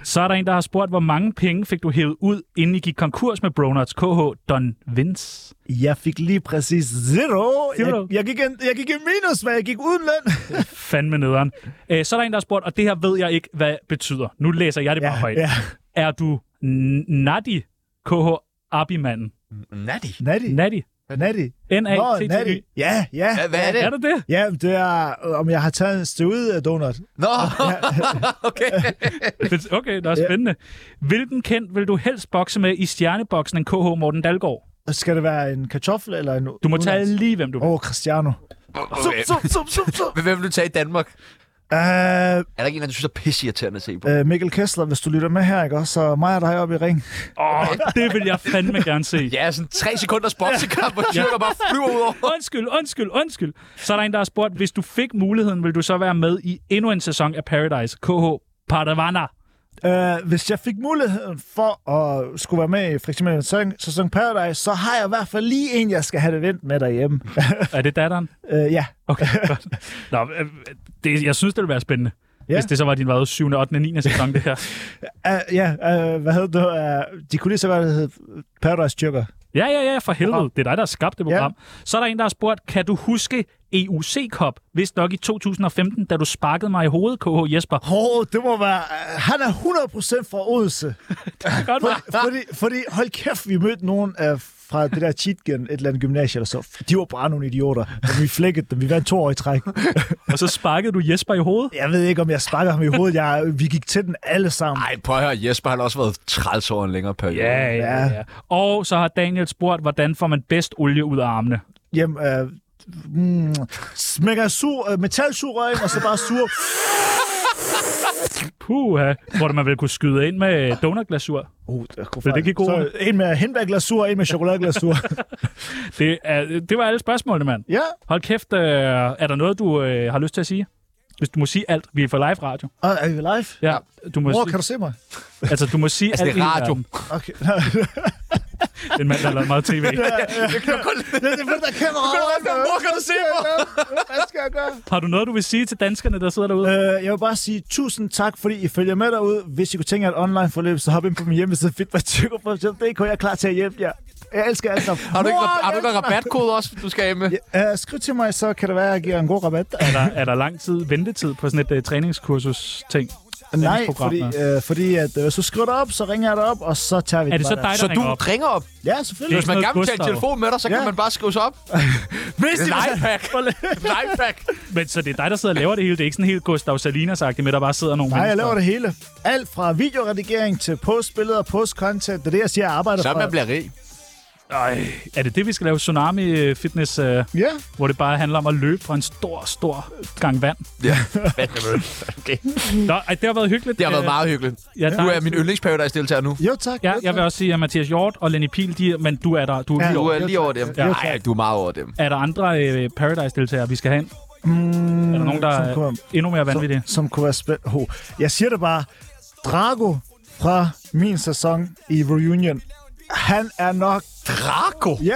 Så er der en, der har spurgt, hvor mange penge fik du hævet ud, inden I gik konkurs med Bronuts KH Don Vince? Jeg fik lige præcis zero. Zero. Jeg, jeg, gik en, jeg gik i minus, hvad jeg gik uden løn. Fandme nederen. Øh, Så er der en, der har spurgt, og det her ved jeg ikke, hvad betyder. Nu læser jeg det bare højt. ja. Er du N- Nadi KH Abimanden? Natty. Natty. Nadi. Natty. Nå, Natty. N-A-T-T-Y. Ja, ja. Hvad, hvad er det? Er det det? Ja, det er, om jeg har taget en støvet donut. Nå, okay. Det- Okay, det er spændende. Hvilken kendt vil du helst bokse med i stjerneboksen end KH Morten Dalgaard? Skal det være en kartoffel eller en... Du må tage lige, hvem du vil. Åh, oh, Cristiano. Sup, sup, sup, sup, sup. Hvem vil du tage i Danmark? uh, Er der ikke en, der du synes er pisseirriterende at se på? uh, Mikkel Kessler, hvis du lytter med her, ikke også? Så mig og dig op i ring. Åh, det vil jeg fandme gerne se. Ja, sådan tre sekunders boksekamp, hvor tyrker bare flyver ud over. Undskyld, undskyld, undskyld. Så er der en, der har spurgt, hvis du fik muligheden, vil du så være med i endnu en sæson af Paradise KH Paravana? Uh, hvis jeg fik muligheden for at skulle være med i for eksempel en sæson, sæson Paradise, så har jeg i hvert fald lige en, jeg skal have det vendt med derhjemme. Er det datteren? uh, ja, Okay, godt. Nå, øh, det, jeg synes, det ville være spændende. Ja. Ja. Hvis det så var din hvad, 7., 8., 9. sæson, det her. uh, ja uh, hvad hedder det? Uh, de kunne lige så godt hedde Paradise Tyrker. Ja, ja, ja, for helvede. Det er dig, der har skabt det program. Ja. Så er der en, der har spurgt, kan du huske E EUC-kop, hvis nok i 2015, da du sparkede mig i hovedet, KH Jesper? Åh, oh, det må være... Uh, han er 100% fra Odense. Godt, hva'? fordi, fordi hold kæft, vi mødte nogen øh, fra det der cheatgen, et eller andet gymnasie eller så. De var bare nogle idioter, og vi flækkede dem. Vi vandt to år i træk. Og så sparkede du Jesper i hovedet? Jeg ved ikke, om jeg sparker ham i hovedet. Jeg, vi gik til den alle sammen. Ej, prøv at høre, Jesper har også været 30 år en længere periode. Ja, ja, ja. Og så har Daniel spurgt, hvordan får man bedst olie ud af armene? Jamen, øh, mm, smækker sur, øh, metalsugerør ind, og så bare sur. Puh, tror du, man ville kunne skyde ind med donutglasur? Uh, det, kunne Vil det faktisk- give god så, En med hindbærglasur, en med chokoladeglasur. Det, er, det var alle spørgsmålene, mand. ja, Hold kæft, øh, er der noget, du øh, har lyst til at sige? Hvis du må sige alt, vi er for live radio. og er vi live? Ja, du må, Hvor sige, kan du se mig? altså, du må sige Altså, det alt. er i radio. verden. Okay. Det er en mand, der har lavet meget tv. Jeg kan kun det er fordi, der er kamera. Hvor kan du se mig? Hvad skal jeg gøre? Har du noget, du vil sige til danskerne, der sidder derude? Øh, jeg vil bare sige tusind tak, fordi I følger med derude. Hvis I kunne tænke jer et online forløb, så hop ind på min hjemmeside fitbadtyrker.dk. Jeg er klar til at hjælpe jer. Jeg elsker jer alle sammen. Har du ikke, Mor, har du jeg ikke noget rabatkode også, du skal af med? elsker- Øh, skriv til mig, så kan det være, at jeg giver en god rabat. Er der, er der lang tid ventetid på sådan et uh, træningskursus-ting? Nej, program, fordi, øh, fordi at, øh, hvis du skriver dig op, så ringer jeg dig op, og så tager vi Er det så bare dig, der. Så der du ringer op? ringer op. Ja, Det selvfølgelig. er Hvis man Noget gerne vil tale Gustav. telefon med dig, så kan Ja. man bare skrive sig op. Hvis I- Lifehack. Lifehack. Men så det er dig, der sidder og laver det hele. Det er ikke sådan helt Gustav Salinas-agtigt med, at der bare sidder nogle Nej, jeg mennesker. laver det hele. Alt fra videoredigering til postbilleder, postcontent. Det er det, jeg siger, jeg arbejder Så for. man bliver rig. Er det det, vi skal lave? Tsunami-fitness, øh, Ja, hvor det bare handler om at løbe fra en stor, stor gang vand. Mm. Ja. Okay. Nå, ej, det har været hyggeligt. Det har været Øh, meget hyggeligt. Ja, Nu tak. er min yndlingsparadise-deltager nu. jo tak. Ja, jo, jeg vil tak. også sige, at Mathias Hjort og Lenny Pihl, de, men du er der. Du er, Ja. ja. Du er lige over dem. Ja, tak. Nej, du er meget over dem. er der andre øh, Paradise-deltagere, vi skal have ind? Mm, Er der nogen, der som er kunne- endnu mere vanvittige? som, som kunne være spændende. Oh, jeg siger det bare. Drago fra min sæson i Reunion, han er nok... Draco. Ja,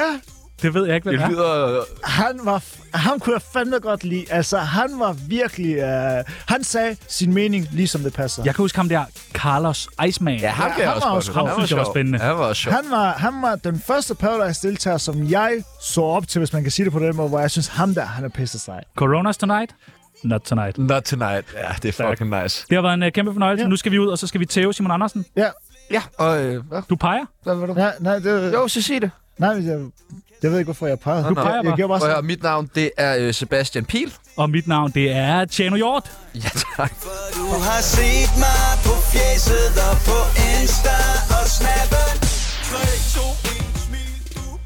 Det ved jeg ikke, hvad Det det er. lyder... han var... f- Ham kunne jeg fandme godt lide. Altså, han var virkelig... Øh, han sagde sin mening, ligesom det passer. Jeg kan huske ham der, Carlos Iceman. Ja, ham Ja, kan jeg også han var godt. også- lide. ham Han synes jeg var sjov. spændende. Han var også sjov. Han var, han var den første Paradise-deltager, som jeg så op til, hvis man kan sige det på den måde, hvor jeg synes, ham der, han er pisse sej. Coronas tonight? Not tonight. Not tonight. Ja, det er fucking nice. Det har været en uh, kæmpe fornøjelse. Ja. Ja. Nu skal vi ud, og så skal vi tæve Simon Andersen. Ja, Ja, og... øh, Hvad Du peger. Hvad var du? nej, nej, det, Jo, så sig det. nej men jeg, jeg ved ikke, hvorfor jeg pegede. Du peger jeg, jeg bare. gjorde bare Prøv at sådan. høre, mit navn, det er øh, Sebastian Pil. Og mit navn, det er Tjano Hjort. Ja, tak. Du har set mig på fjeset og på Insta og snappen 3, 2, 1